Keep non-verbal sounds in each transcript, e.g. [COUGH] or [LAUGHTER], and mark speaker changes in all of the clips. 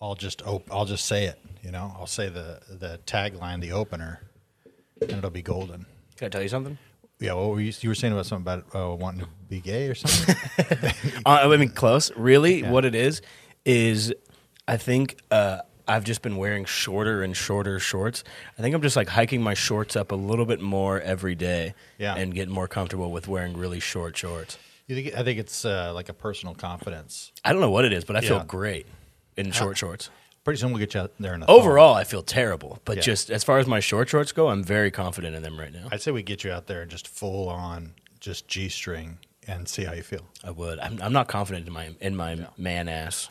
Speaker 1: I'll just op- I'll just say it. You know, I'll say the the tagline, the opener, and it'll be golden.
Speaker 2: Can I tell you something?
Speaker 1: Yeah, what were you, you were saying about something about uh, wanting to be gay or
Speaker 2: [LAUGHS]
Speaker 1: something? [LAUGHS]
Speaker 2: Uh, I mean, close. Really, what it is is, I think uh, I've just been wearing shorter and shorter shorts. I think I'm just like hiking my shorts up a little bit more every day,
Speaker 1: Yeah.
Speaker 2: and getting more comfortable with wearing really short shorts.
Speaker 1: you think, I think it's uh, like a personal confidence.
Speaker 2: I don't know what it is, but I
Speaker 1: Yeah.
Speaker 2: feel great in short shorts.
Speaker 1: Pretty soon we'll get you out there in a thong.
Speaker 2: Overall, I feel terrible, but
Speaker 1: Yeah.
Speaker 2: just as far as my short shorts go, I'm very confident in them right now.
Speaker 1: I'd say we get you out there and just full on just g string and see how you feel.
Speaker 2: I would. I'm, I'm not confident in my in my man ass.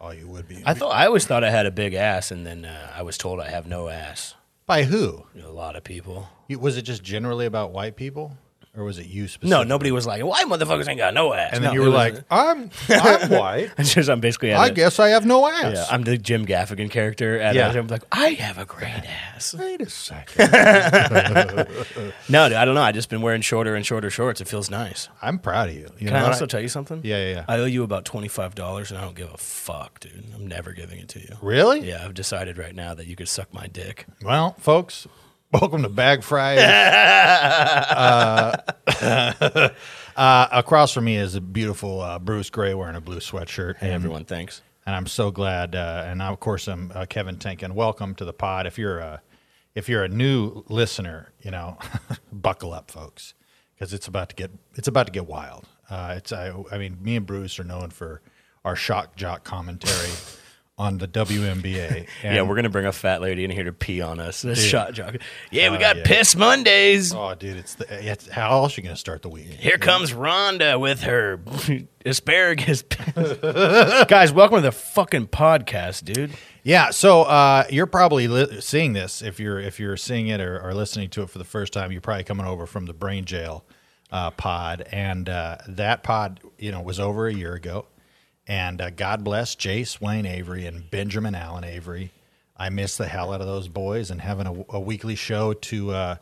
Speaker 1: Oh, you would be.
Speaker 2: I thought I always thought I had a big ass, and then uh, I was told I have no ass.
Speaker 1: By who?
Speaker 2: A lot of people.
Speaker 1: You- Was it just generally about white people, or was it you specifically?
Speaker 2: No, nobody was like, "Why motherfuckers ain't got no ass?"
Speaker 1: And then you
Speaker 2: No, it
Speaker 1: were
Speaker 2: was-
Speaker 1: like, "I'm I'm white.
Speaker 2: [LAUGHS] It's just I'm basically. At
Speaker 1: I
Speaker 2: a-
Speaker 1: guess I have no ass."
Speaker 2: Yeah, I'm the Jim Gaffigan character. At
Speaker 1: Yeah.
Speaker 2: yeah. I'm like, I have a great ass.
Speaker 1: [LAUGHS] Wait a second.
Speaker 2: [LAUGHS] No, dude, I don't know. I just been wearing shorter and shorter shorts. It feels nice.
Speaker 1: I'm proud of you. You
Speaker 2: Can I
Speaker 1: know what
Speaker 2: also tell you something?
Speaker 1: Yeah, yeah, yeah.
Speaker 2: I owe you about twenty five dollars, and I don't give a fuck, dude. I'm never giving it to you.
Speaker 1: Really?
Speaker 2: Yeah, I've decided right now that you could suck my dick.
Speaker 1: Well, folks, welcome to Bag Fry.
Speaker 2: [LAUGHS]
Speaker 1: uh, [LAUGHS] uh, across from me is a beautiful uh, Bruce Gray wearing a blue sweatshirt.
Speaker 2: Hey,
Speaker 1: and,
Speaker 2: everyone, thanks.
Speaker 1: and I'm so glad. Uh, and of course, I'm uh, Kevin Tinkin. Welcome to the pod. If you're a if you're a new listener, you know, [LAUGHS] buckle up, folks, because it's about to get it's about to get wild. Uh, it's I, I mean, me and Bruce are known for our shock jock commentary on the WNBA. And-
Speaker 2: [LAUGHS] yeah, we're gonna bring a fat lady in here to pee on us. This shot jock. Yeah, we
Speaker 1: Uh,
Speaker 2: got
Speaker 1: yeah.
Speaker 2: piss Mondays.
Speaker 1: Oh, dude, it's the it's, how else you gonna start the week?
Speaker 2: Here comes Rhonda with her [LAUGHS] asparagus. Guys, welcome to the fucking podcast, dude.
Speaker 1: Yeah, so uh, you're probably li- seeing this if you're if you're seeing it or, or listening to it for the first time. You're probably coming over from the Brain Jail uh, pod, and uh, that pod, you know, was over a year ago. And uh, God bless Jace Wayne Avery and Benjamin Allen Avery. I miss the hell out of those boys and having a, a weekly show to uh,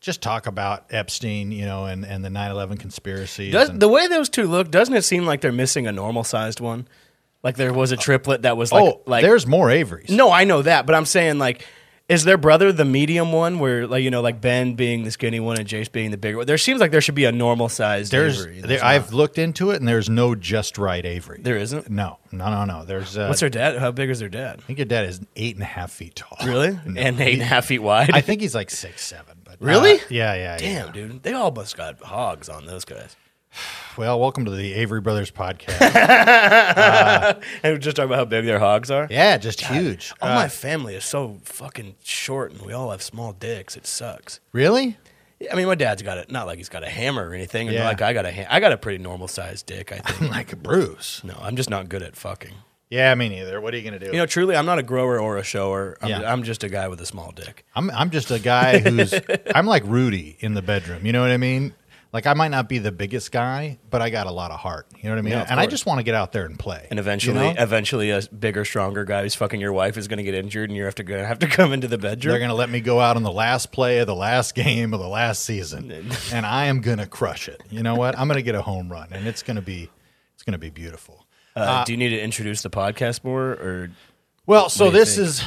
Speaker 1: just talk about Epstein, you know, and, and the 9-11 conspiracy.
Speaker 2: Does, the way those two look, doesn't it seem like they're missing a normal sized one? Like there was a triplet that was like,
Speaker 1: oh,
Speaker 2: like
Speaker 1: there's more Averys.
Speaker 2: no, I know that, but I'm saying like, is their brother the medium one? Where like you know, like Ben being the skinny one and Jace being the bigger one. There seems like there should be a normal sized.
Speaker 1: There's,
Speaker 2: Avery.
Speaker 1: there, I've looked into it, and there's no just right Avery.
Speaker 2: There isn't?
Speaker 1: No, no, no, no. There's. Uh,
Speaker 2: What's their dad? How big is their dad?
Speaker 1: I think your dad is eight and a half feet tall.
Speaker 2: Really?
Speaker 1: No.
Speaker 2: and eight and a half feet wide.
Speaker 1: [LAUGHS] I think he's like six seven. But
Speaker 2: Really?
Speaker 1: Uh, yeah, yeah. yeah.
Speaker 2: Damn, dude, they all must got hogs on those guys.
Speaker 1: Well, welcome to the Avery Brothers
Speaker 2: [LAUGHS]
Speaker 1: podcast.
Speaker 2: And we just talking about how big their hogs are.
Speaker 1: yeah, just huge.
Speaker 2: All
Speaker 1: Uh,
Speaker 2: my family is so fucking short, and we all have small dicks. It sucks.
Speaker 1: really? [LAUGHS]
Speaker 2: I mean, my dad's got it. Not like he's got a hammer or anything.
Speaker 1: Yeah.
Speaker 2: Yeah. Like I got a, ha- I got a pretty normal sized dick. I think. [LAUGHS]
Speaker 1: Like Bruce?
Speaker 2: no, I'm just not good at fucking.
Speaker 1: Yeah, me neither. What are you gonna do?
Speaker 2: You know, truly, I'm not a grower or a shower. I'm,
Speaker 1: Yeah.
Speaker 2: I'm just a guy with a small dick.
Speaker 1: I'm I'm just a
Speaker 2: [LAUGHS]
Speaker 1: guy who's I'm like Rudy in the bedroom. You know what I mean? Like I might not be the biggest guy, but I got a lot of heart. You know what I mean?
Speaker 2: Yeah, of
Speaker 1: and I
Speaker 2: course.
Speaker 1: just want to get out there and play.
Speaker 2: And eventually,
Speaker 1: you know?
Speaker 2: eventually, a bigger, stronger guy who's fucking your wife is going to get injured, and you're have to go, have to [LAUGHS] come into the
Speaker 1: They're
Speaker 2: bedroom.
Speaker 1: going to let me go out on the last play of the last game of the last season, and I am going to crush it. You know what? I'm going to get a home run, and it's going to be it's going to be beautiful.
Speaker 2: uh, do you need to introduce the podcast more, or
Speaker 1: Well, so
Speaker 2: What do you
Speaker 1: this
Speaker 2: think?
Speaker 1: is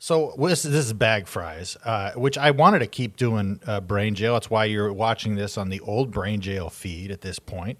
Speaker 1: so this this is bag fries, uh, which I wanted to keep doing uh, Brain Jail. That's why you're watching this on the old Brain Jail feed at this point,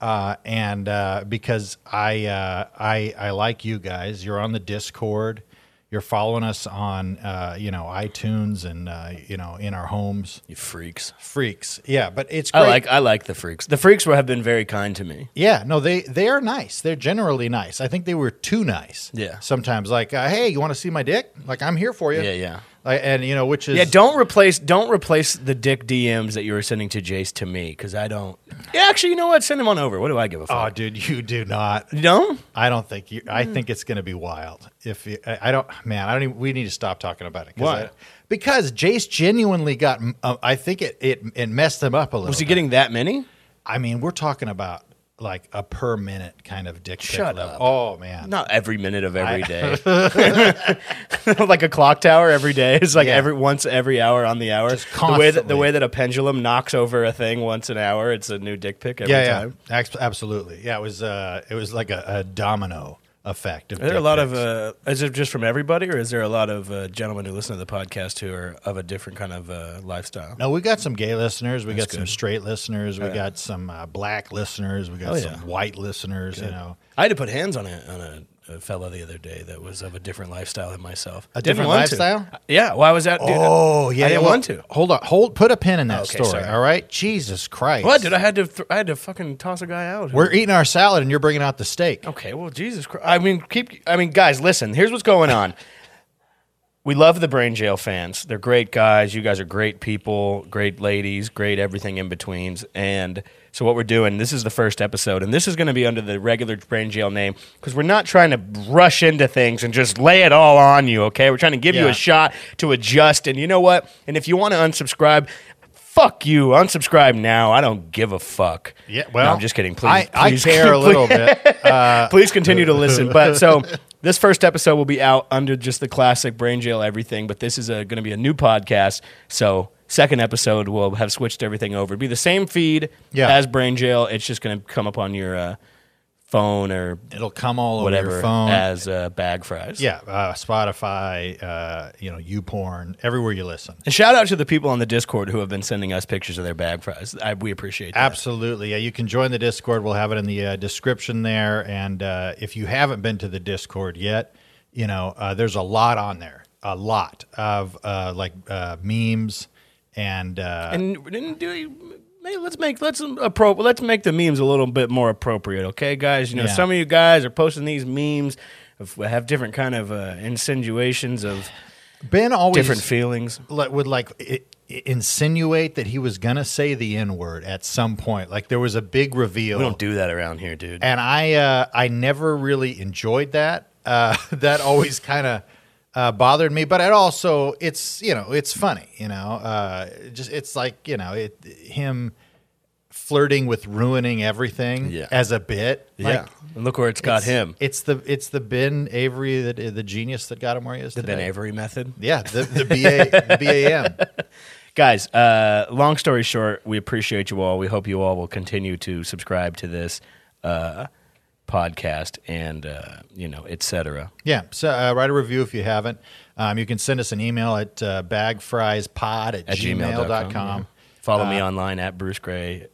Speaker 1: uh, and uh, because I uh, I I like you guys. You're on the Discord. You're following us on uh, you know iTunes and uh, you know in our homes.
Speaker 2: you freaks?
Speaker 1: Freaks, yeah, but it's great.
Speaker 2: I like I like the freaks. The freaks were, have been very kind to me.
Speaker 1: Yeah, no, they they are nice. They're generally nice. I think they were too nice.
Speaker 2: Yeah.
Speaker 1: sometimes like, uh, hey, you want to see my dick? Like, I'm here for you.
Speaker 2: Yeah, yeah.
Speaker 1: Like, and you know, which is
Speaker 2: Yeah, don't replace don't replace the dick DMs that you were sending to Jace to me because I don't. Yeah, actually, you know what? Send them on over. What do I give a
Speaker 1: Oh,
Speaker 2: fuck?
Speaker 1: dude, you do not.
Speaker 2: You don't?
Speaker 1: I don't think you. I think it's going to be wild. If you, I, I don't, man, I don't. Even, we need to stop talking about it. 'cause
Speaker 2: Why?
Speaker 1: I- because Jace genuinely got. Uh, I think it, it it messed them up a little.
Speaker 2: Was he
Speaker 1: bit.
Speaker 2: getting that many?
Speaker 1: I mean, we're talking about like a per minute kind of dick. pic
Speaker 2: Shut
Speaker 1: level.
Speaker 2: up.
Speaker 1: Oh man,
Speaker 2: Not every minute of every day. [LAUGHS] like a clock tower every day. It's like
Speaker 1: Yeah.
Speaker 2: every once every hour on the hour.
Speaker 1: Just
Speaker 2: the way that
Speaker 1: constantly.
Speaker 2: the way that a pendulum knocks over a thing once an hour, it's a new dick pic every
Speaker 1: yeah,
Speaker 2: time.
Speaker 1: yeah, Ax- absolutely. Yeah, it was uh, it was like a, a domino effect. Of
Speaker 2: Are there a
Speaker 1: dick
Speaker 2: lot of
Speaker 1: pics.
Speaker 2: uh, is it just from everybody, or is there a lot of uh, gentlemen who listen to the podcast who are of a different kind of uh, lifestyle?
Speaker 1: No, we got some gay listeners. We got some
Speaker 2: good.
Speaker 1: straight listeners. We got some uh, black listeners. We got
Speaker 2: Oh, yeah.
Speaker 1: some white listeners. You know,
Speaker 2: I had to put hands on a on a, a fella the other day that was of a different lifestyle than myself.
Speaker 1: A
Speaker 2: Didn't
Speaker 1: different
Speaker 2: want to.
Speaker 1: lifestyle?
Speaker 2: Yeah. Well, I was out. Dude,
Speaker 1: Oh yeah,
Speaker 2: I didn't
Speaker 1: well,
Speaker 2: want to.
Speaker 1: Hold on, hold. Put a pin in that
Speaker 2: Okay,
Speaker 1: story.
Speaker 2: sorry.
Speaker 1: All right, Jesus Christ.
Speaker 2: What, dude? I had to. Th- I had to fucking toss a guy out. who-
Speaker 1: We're eating our salad, and you're bringing out the steak.
Speaker 2: Okay, well, Jesus Christ. I mean, keep. I mean, guys, listen. Here's what's going on. We love the Brain Jail fans. They're great guys. You guys are great people, great ladies, great everything in betweens. And so, what we're doing, this is the first episode, and this is going to be under the regular Brain Jail name because we're not trying to rush into things and just lay it all on you, okay? We're trying to give you
Speaker 1: Yeah.
Speaker 2: a shot to adjust. And you know what? And if you want to unsubscribe, fuck you. Unsubscribe now. I don't give a fuck.
Speaker 1: Yeah.
Speaker 2: No,
Speaker 1: Well,
Speaker 2: I'm just kidding. Please,
Speaker 1: I, I
Speaker 2: [LAUGHS] please-
Speaker 1: care a little bit. Uh,
Speaker 2: please continue to listen.
Speaker 1: [LAUGHS]
Speaker 2: But so this first episode will be out under just the classic brain jail everything. But this is going to be a new podcast. So second episode will have switched everything over. It'll be the same feed
Speaker 1: Yeah.
Speaker 2: as brain jail. It's just going to come up on your uh, phone or
Speaker 1: it'll come all over
Speaker 2: whatever
Speaker 1: your phone.
Speaker 2: as uh, bag fries.
Speaker 1: yeah, uh, Spotify, uh, you know, YouPorn, everywhere you listen.
Speaker 2: And shout out to the people on the Discord who have been sending us pictures of their bag fries. I, we appreciate that.
Speaker 1: Absolutely. Yeah, you can join the Discord. We'll have it in the uh, description there. And uh, if you haven't been to the Discord yet, you know, uh, there's a lot on there, a lot of uh, like uh, memes and, uh,
Speaker 2: and didn't do maybe let's make let's appro- let's make the memes a little bit more appropriate okay guys you know
Speaker 1: Yeah.
Speaker 2: some of you guys are posting these memes of, have different kind of uh, insinuations of
Speaker 1: Ben always
Speaker 2: different feelings
Speaker 1: like, would like i i- insinuate that he was gonna say the N word at some point. Like there was a big reveal.
Speaker 2: we don't do that around here dude
Speaker 1: and I uh, I never really enjoyed that. Uh, [LAUGHS] that always kind of uh, bothered me, but it also it's you know it's funny, you know, uh, just it's like you know it him flirting with ruining everything
Speaker 2: Yeah.
Speaker 1: as a bit.
Speaker 2: yeah
Speaker 1: Like,
Speaker 2: and look where it's got him
Speaker 1: It's the it's the Ben Avery that the genius that got him where he is
Speaker 2: the
Speaker 1: today.
Speaker 2: ben avery method
Speaker 1: Yeah, the the BA, the
Speaker 2: [LAUGHS]
Speaker 1: BAM.
Speaker 2: guys uh, long story short we appreciate you all we hope you all will continue to subscribe to this uh, podcast and uh, you know etc
Speaker 1: Yeah, so uh, write a review if you haven't. Um, you can send us an email at uh, bagfriespod at,
Speaker 2: at
Speaker 1: gmail.com.
Speaker 2: gmail.com.
Speaker 1: dot
Speaker 2: Yeah.
Speaker 1: com. Uh,
Speaker 2: Follow me online at Bruce Gray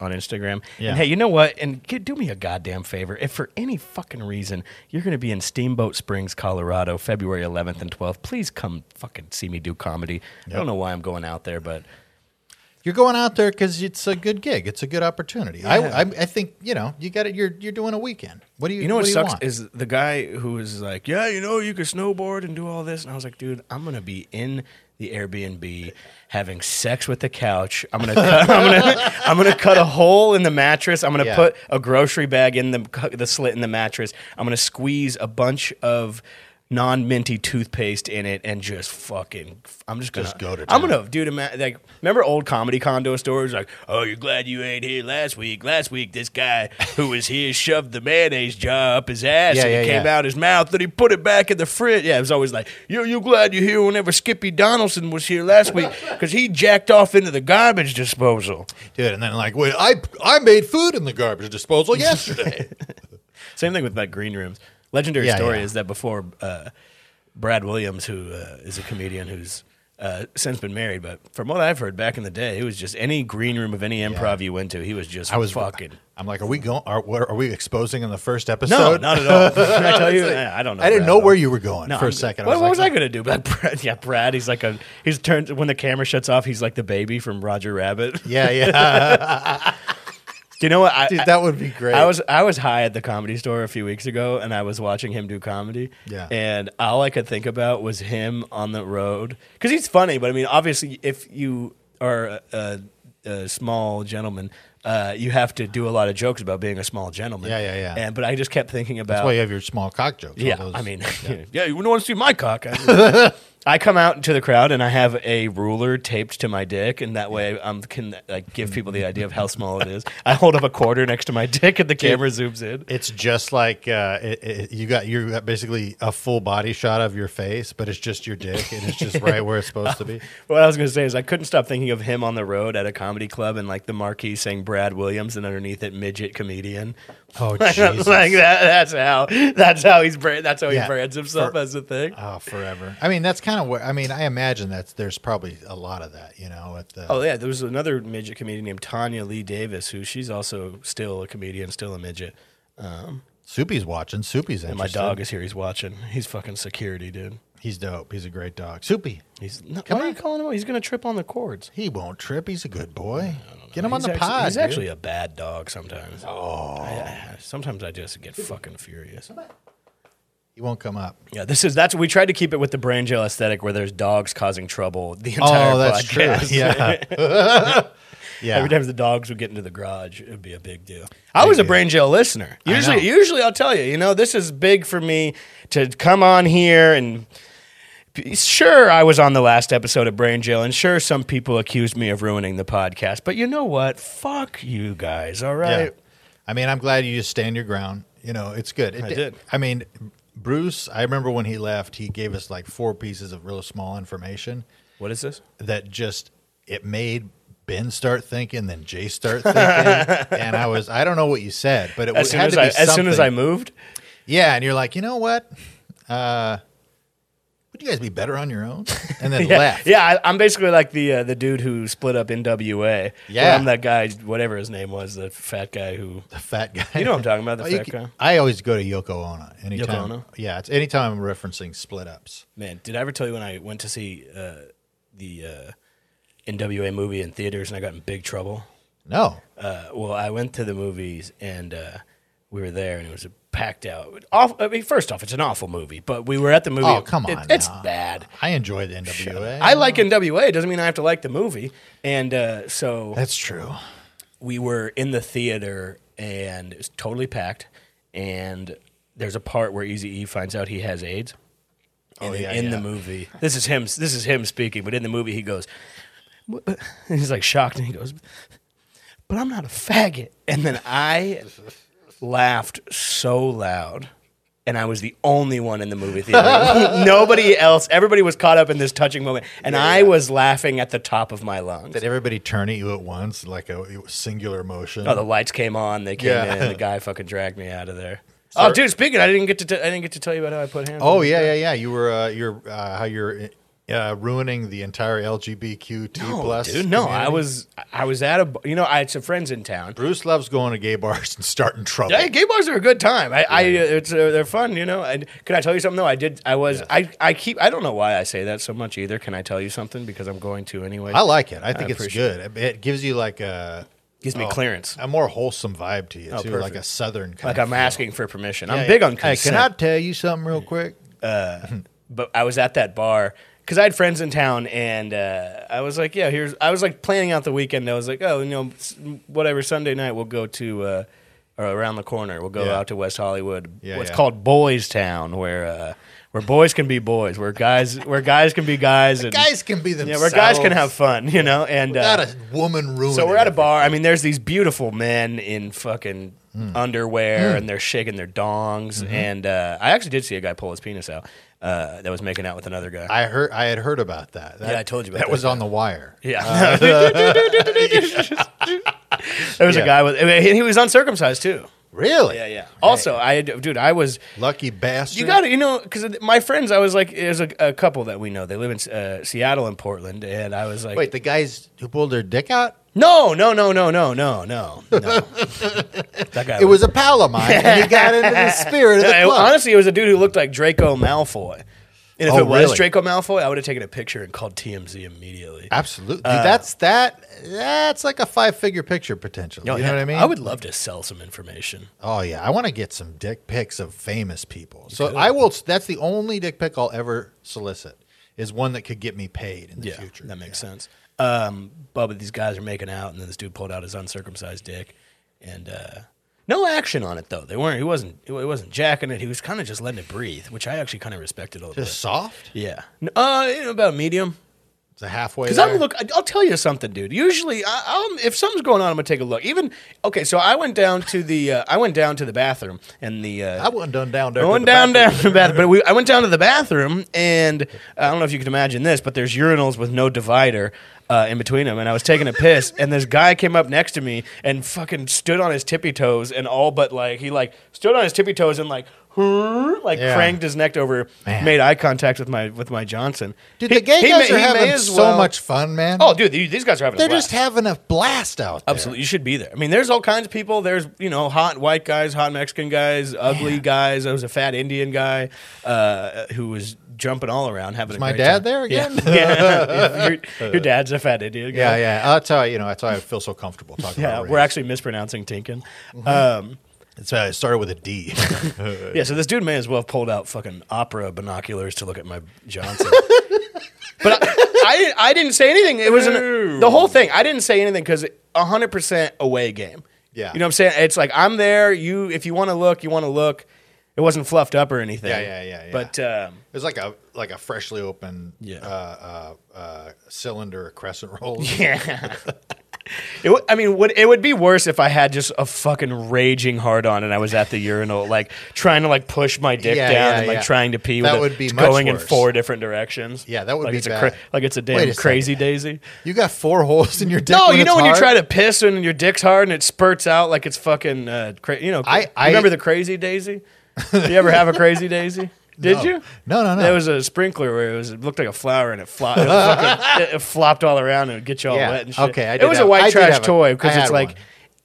Speaker 2: on Instagram.
Speaker 1: Yeah.
Speaker 2: And hey, you know what? And g- do me a goddamn favor. If for any fucking reason you're going to be in Steamboat Springs, Colorado, February 11th and 12th, please come fucking see me do comedy. I don't know why I'm going out there, but
Speaker 1: You're going out there because it's a good gig. It's a good opportunity.
Speaker 2: Yeah.
Speaker 1: I, I, I think you know you got it. You're you're doing a weekend. What do you
Speaker 2: you know what,
Speaker 1: do
Speaker 2: sucks
Speaker 1: want?
Speaker 2: is the guy who was like, "Yeah, you know, you could snowboard and do all this," and I was like, "Dude, I'm gonna be in the Airbnb having sex with the couch. I'm gonna cut, I'm gonna [LAUGHS] I'm gonna cut a hole in the mattress. I'm gonna
Speaker 1: Yeah.
Speaker 2: put a grocery bag in the the slit in the mattress. I'm gonna squeeze a bunch of." Non minty toothpaste in it, and just fucking. I'm just gonna
Speaker 1: Just go to
Speaker 2: I'm
Speaker 1: town.
Speaker 2: gonna dude. Ima- like, remember old comedy condo stories? Like, oh, you're glad you ain't here last week. Last week, this guy who was here shoved the mayonnaise jar up his ass,
Speaker 1: Yeah,
Speaker 2: and
Speaker 1: yeah,
Speaker 2: it came
Speaker 1: yeah.
Speaker 2: out his mouth, and he put it back in the fridge. Yeah, it was always like, yo, you glad you're here? Whenever Skippy Donaldson was here last week, because he jacked off into the garbage disposal.
Speaker 1: dude, and then like, wait, I I made food in the garbage
Speaker 2: [LAUGHS]
Speaker 1: disposal yesterday.
Speaker 2: Same thing with like green rooms. Legendary
Speaker 1: Yeah,
Speaker 2: story
Speaker 1: yeah.
Speaker 2: is that before uh, Brad Williams, who uh, is a comedian who's uh, since been married, but from what I've heard back in the day, it was just any green room of any improv you went to, he was just
Speaker 1: I was [LAUGHS]
Speaker 2: fucking.
Speaker 1: I'm like, are we going? Are, what, are we exposing in the first episode?
Speaker 2: No, not at
Speaker 1: [LAUGHS]
Speaker 2: all. Can I tell you? I I don't know.
Speaker 1: I didn't
Speaker 2: Brad
Speaker 1: know
Speaker 2: at all.
Speaker 1: where you were going for a
Speaker 2: I'm-
Speaker 1: second.
Speaker 2: What,
Speaker 1: I was
Speaker 2: what was
Speaker 1: like,
Speaker 2: I going to do? But [LAUGHS] Brad, yeah, Brad. He's like a. He's turned when the camera shuts off. He's like the baby from Roger Rabbit.
Speaker 1: [LAUGHS]
Speaker 2: Do
Speaker 1: yeah,
Speaker 2: [LAUGHS]
Speaker 1: yeah,
Speaker 2: you know what? I,
Speaker 1: dude, that would be great.
Speaker 2: I was I was high at the comedy store a few weeks ago, and I was watching him do comedy.
Speaker 1: Yeah.
Speaker 2: And all I could think about was him on the road because he's funny. But I mean, obviously, if you are a, a, a small gentleman, uh, you have to do a lot of jokes about being a small gentleman.
Speaker 1: Yeah, yeah, yeah.
Speaker 2: And but I just kept thinking about
Speaker 1: That's why you have your small cock jokes. all
Speaker 2: [LAUGHS] yeah,
Speaker 1: those-
Speaker 2: [LAUGHS] I mean, yeah, you wouldn't want to see my cock. I- I come out to the crowd and I have a ruler taped to my dick, and that way I can like give people the idea of how small it is. I hold up a quarter next to my dick, and the camera zooms in.
Speaker 1: It's just like uh, it, it, you got you got basically a full body shot of your face, but it's just your dick, and it's
Speaker 2: [LAUGHS]
Speaker 1: just right where it's supposed to be.
Speaker 2: What I was gonna say is I couldn't stop thinking of him on the road at a comedy club, and like the marquee saying Brad Williams, and underneath it midget comedian.
Speaker 1: Oh
Speaker 2: [LAUGHS] like
Speaker 1: Jesus!
Speaker 2: that, that's how that's how he's brand, that's how he
Speaker 1: Yeah.
Speaker 2: brands himself
Speaker 1: For-
Speaker 2: as a thing.
Speaker 1: Oh, forever. I mean, that's kind of where. I mean, I imagine that's there's probably a lot of that, you know, at the
Speaker 2: Oh yeah, there was another midget comedian named Tanya Lee Davis, who she's also still a comedian, still a midget.
Speaker 1: Soupy's watching. Soupy's
Speaker 2: And my
Speaker 1: interested.
Speaker 2: dog is here. He's watching. He's fucking security, dude.
Speaker 1: He's dope. He's a great dog. Soupy.
Speaker 2: He's no, why are you calling him? out? He's gonna trip on the cords.
Speaker 1: He won't trip. He's a good boy. Get him on
Speaker 2: he's
Speaker 1: the
Speaker 2: actually,
Speaker 1: pod.
Speaker 2: He's
Speaker 1: dude.
Speaker 2: actually a bad dog sometimes. Oh, sometimes I just get fucking furious.
Speaker 1: He won't come up.
Speaker 2: Yeah, this is that's we tried to keep it with the brain jail aesthetic where there's dogs causing trouble the entire [LAUGHS] podcast.
Speaker 1: Oh, Yeah. yeah.
Speaker 2: [LAUGHS] Every time the dogs would get into the garage, it'd be a big deal. I was a brain jail listener.
Speaker 1: I
Speaker 2: Usually,
Speaker 1: know.
Speaker 2: usually I'll tell you, you know, this is big for me to come on here and. Sure, I was on the last episode of Brain Jail, and sure, some people accused me of ruining the podcast. But you know what? Fuck you guys. All
Speaker 1: Yeah.
Speaker 2: right.
Speaker 1: I mean, I'm glad you just stand your ground. You know, it's good. It, I
Speaker 2: did.
Speaker 1: I mean, Bruce, I remember when he left, he gave us like four pieces of real small information
Speaker 2: What is this?
Speaker 1: that just it made Ben start thinking, then Jay start thinking,
Speaker 2: [LAUGHS]
Speaker 1: and I was I don't know what you said, but it
Speaker 2: As
Speaker 1: was
Speaker 2: soon
Speaker 1: had
Speaker 2: as,
Speaker 1: to be
Speaker 2: I, as soon as I
Speaker 1: something.
Speaker 2: moved,
Speaker 1: Yeah, and you're like, you know what? Uh, would you guys be better on your own? And then
Speaker 2: [LAUGHS] yeah,
Speaker 1: left.
Speaker 2: yeah, I, I'm basically like the uh, the dude who split up NWA. where
Speaker 1: Yeah.
Speaker 2: I'm that guy, whatever his name was, the fat guy who.
Speaker 1: The fat guy.
Speaker 2: You know what I'm talking about,
Speaker 1: [LAUGHS]
Speaker 2: the
Speaker 1: you
Speaker 2: fat guy.
Speaker 1: I always go to Yoko Ono. Anytime.
Speaker 2: Ono?
Speaker 1: Yeah, it's anytime I'm referencing split ups.
Speaker 2: Man, did I ever tell you when I went to see uh, the uh, NWA movie in theaters and I got in big trouble?
Speaker 1: No.
Speaker 2: Uh, well, I went to the movies and uh, we were there and it was packed out. Awful, I mean, first off, it's an awful movie, but we were at the movie.
Speaker 1: Oh, come
Speaker 2: It-
Speaker 1: on
Speaker 2: it's
Speaker 1: now.
Speaker 2: bad.
Speaker 1: I enjoy the NWA.
Speaker 2: I like NWA. It doesn't mean I have to like the movie. And uh, so
Speaker 1: That's true.
Speaker 2: we were in the theater and it's totally packed. And there's a part where Easy E finds out he has AIDS. And
Speaker 1: Oh,
Speaker 2: then
Speaker 1: yeah,
Speaker 2: in the
Speaker 1: yeah.
Speaker 2: movie, this is him. This is him speaking. But in the movie, he goes, [LAUGHS] "What?" and he's like shocked, and he goes, "But I'm not a faggot." And then I laughed so loud. And I was the only one in the movie
Speaker 1: [LAUGHS]
Speaker 2: theater. Nobody else. Everybody was caught up in this touching moment, and I was laughing at the top of my lungs.
Speaker 1: Did everybody turn at you at once, like a singular motion?
Speaker 2: Oh, the lights came on. They came
Speaker 1: Yeah.
Speaker 2: in. The guy fucking dragged me out of there.
Speaker 1: Sorry.
Speaker 2: Oh, dude, speaking, of, I didn't get to. T- I didn't get to tell you about how I put hands.
Speaker 1: oh yeah, yeah, yeah. You were uh, you're uh, how you're uh, ruining the entire LGBTQ
Speaker 2: no,
Speaker 1: plus.
Speaker 2: dude. No, I
Speaker 1: community.
Speaker 2: was. I was at a. b- You know, I had some friends in town.
Speaker 1: Bruce loves going to gay bars and starting trouble.
Speaker 2: Hey, gay bars are a good time. I, I it's uh, they're fun, you know. And can I tell you something though? I did. I was. I, I keep. I don't know why I say that so much either. Can I tell you something? Because I'm going to anyway.
Speaker 1: I like it. I think it's
Speaker 2: appreciate
Speaker 1: good. It. gives you like a
Speaker 2: Gives me
Speaker 1: oh,
Speaker 2: clearance.
Speaker 1: a more wholesome vibe to you too, like
Speaker 2: Oh, perfect.
Speaker 1: a southern kind
Speaker 2: Like
Speaker 1: of
Speaker 2: I'm asking for permission. I'm
Speaker 1: Yeah,
Speaker 2: big
Speaker 1: yeah.
Speaker 2: on
Speaker 1: Hey,
Speaker 2: consent.
Speaker 1: can I tell you something real quick?
Speaker 2: but I was at that bar because I had friends in town, and uh, I was like, yeah, here's. I was like planning out the weekend. I was like, oh, you know, s- whatever Sunday night we'll go to. Uh, or around the corner, we'll go
Speaker 1: Yeah.
Speaker 2: out to West Hollywood.
Speaker 1: Yeah,
Speaker 2: what's
Speaker 1: yeah.
Speaker 2: called Boys Town, where uh, where boys can be boys, where guys where guys can be guys, and
Speaker 1: guys can be
Speaker 2: yeah,
Speaker 1: themselves.
Speaker 2: where guys can have fun, you know. And uh,
Speaker 1: without a woman ruining.
Speaker 2: so we're at a
Speaker 1: it.
Speaker 2: bar. I mean, there's these beautiful men in fucking underwear, and they're shaking their dongs. And uh, I actually did see a guy pull his penis out uh, that was making out with another guy.
Speaker 1: I heard. I had heard about that. that
Speaker 2: Yeah, I told you about
Speaker 1: that.
Speaker 2: that.
Speaker 1: was on the wire.
Speaker 2: yeah, [LAUGHS] there was
Speaker 1: Yeah.
Speaker 2: a guy with. I mean, he- he was uncircumcised too.
Speaker 1: Really?
Speaker 2: Yeah, yeah. Also, I had- dude, I was.
Speaker 1: Lucky bastard.
Speaker 2: You got to, you know, because my friends, I was like, there's a, a couple that we know. They live in uh, Seattle and Portland, and I was like,
Speaker 1: Wait, the guys who pulled their dick out.
Speaker 2: no, no, no, no, no, no, no, no. [LAUGHS] that guy.
Speaker 1: It was a pal of mine, and he
Speaker 2: [LAUGHS]
Speaker 1: got into the spirit of the
Speaker 2: Yeah, it-
Speaker 1: club.
Speaker 2: honestly, it was a dude who looked like Draco Malfoy. And if
Speaker 1: Oh,
Speaker 2: it was
Speaker 1: really?
Speaker 2: Draco Malfoy, I would have taken a picture and called TMZ immediately.
Speaker 1: Absolutely, Dude,
Speaker 2: uh,
Speaker 1: that's that. That's like a five-figure picture potentially. you know what I mean?
Speaker 2: Oh, I would love to sell some information.
Speaker 1: Oh yeah, I want to get some dick pics of famous people. So I will. That's the only dick pic I'll ever solicit is one that could get me paid in the
Speaker 2: yeah,
Speaker 1: future.
Speaker 2: that makes sense. Um, but, but these guys are making out, and then this dude pulled out his uncircumcised dick, and uh, No action on it though. They weren't. He wasn't. He wasn't jacking it. He was kind of just letting it breathe, which I actually kind of respected a little
Speaker 1: Just soft.
Speaker 2: bit. Yeah. N- Uh, you know, about medium.
Speaker 1: It's a halfway.
Speaker 2: Because I'm
Speaker 1: there.
Speaker 2: look. I- I'll tell you something, dude. Usually, I, I'm, if something's going on, I'm gonna take a look. Even okay. So I went down to the. Uh, I went down to the bathroom and the. Uh,
Speaker 1: I wasn't done down there.
Speaker 2: I
Speaker 1: to the
Speaker 2: went
Speaker 1: bathroom.
Speaker 2: down down to the bathroom, but we, I went down to the bathroom, and I don't know if you can imagine this, but there's urinals with no divider uh, in between them, and I was taking a piss, and this guy came up next to me and fucking stood on his tippy toes and all but like he like stood on his tippy toes and like [LAUGHS] like
Speaker 1: Yeah.
Speaker 2: cranked his neck over,
Speaker 1: Man.
Speaker 2: made eye contact with my with my Johnson.
Speaker 1: Dude,
Speaker 2: He-
Speaker 1: the gay
Speaker 2: he
Speaker 1: guys
Speaker 2: may-
Speaker 1: are
Speaker 2: he may
Speaker 1: having
Speaker 2: as
Speaker 1: so
Speaker 2: well-
Speaker 1: much fun, man.
Speaker 2: Oh, dude, these these guys are having. a
Speaker 1: they're
Speaker 2: blast.
Speaker 1: just having a blast out there.
Speaker 2: Absolutely, you should be there. I mean, there's all kinds of people. There's you know hot white guys, hot Mexican guys, ugly guys. There was a fat Indian guy uh, who was jumping all around having. a
Speaker 1: my
Speaker 2: great
Speaker 1: dad
Speaker 2: time.
Speaker 1: there
Speaker 2: Yeah. [LAUGHS]
Speaker 1: again? [LAUGHS]
Speaker 2: Yeah, your, your dad's a fat Indian guy.
Speaker 1: Yeah, yeah. That's how you know. That's how I feel so comfortable talking.
Speaker 2: Yeah,
Speaker 1: about
Speaker 2: we're
Speaker 1: race.
Speaker 2: actually mispronouncing Tinkin. Um,
Speaker 1: It's, uh, it started with a
Speaker 2: [LAUGHS]
Speaker 1: D.
Speaker 2: yeah, so this dude may as well have pulled out fucking opera binoculars to look at my Johnson. [LAUGHS] but I, I, didn't- I didn't say anything. It was an, the whole thing. I didn't say anything because 100% away game.
Speaker 1: Yeah.
Speaker 2: You know what I'm saying? It's like, I'm there. You, if you want to look, you want to look. It wasn't fluffed up or anything.
Speaker 1: Yeah, yeah, yeah, yeah.
Speaker 2: But um,
Speaker 1: [LAUGHS] It's like a like a freshly opened
Speaker 2: Yeah.
Speaker 1: uh, uh, uh, cylinder of crescent
Speaker 2: [LAUGHS]
Speaker 1: rolls.
Speaker 2: yeah. It w- I mean, would, it would be worse if I had just a fucking raging hard on and I was at the urinal, like trying to like push my dick
Speaker 1: Yeah,
Speaker 2: down
Speaker 1: yeah,
Speaker 2: and like
Speaker 1: yeah.
Speaker 2: trying to pee.
Speaker 1: That
Speaker 2: with it
Speaker 1: would be
Speaker 2: just
Speaker 1: much
Speaker 2: going in
Speaker 1: worse.
Speaker 2: four different directions.
Speaker 1: Yeah, that would
Speaker 2: like
Speaker 1: be
Speaker 2: it's A
Speaker 1: bad.
Speaker 2: like it's a
Speaker 1: Wait
Speaker 2: damn
Speaker 1: a second.
Speaker 2: crazy daisy.
Speaker 1: You got four holes in your dick.
Speaker 2: No,
Speaker 1: when
Speaker 2: you
Speaker 1: it's
Speaker 2: know when you
Speaker 1: hard?
Speaker 2: try to piss and your dick's hard and it spurts out like it's fucking, uh, cra- you know.
Speaker 1: I-
Speaker 2: you
Speaker 1: I-
Speaker 2: remember the
Speaker 1: [LAUGHS]
Speaker 2: crazy daisy. you ever have a crazy daisy? Did
Speaker 1: No.
Speaker 2: you?
Speaker 1: No, no, no.
Speaker 2: There was a sprinkler where it was it looked like a flower and it flopped.
Speaker 1: [LAUGHS]
Speaker 2: It, fucking- it- it flopped all around and it would get you all
Speaker 1: Yeah.
Speaker 2: wet and shit.
Speaker 1: Okay, I
Speaker 2: it
Speaker 1: did
Speaker 2: was a
Speaker 1: have- I
Speaker 2: white
Speaker 1: did
Speaker 2: trash
Speaker 1: have a-
Speaker 2: toy
Speaker 1: I
Speaker 2: because
Speaker 1: had
Speaker 2: it's like,
Speaker 1: one.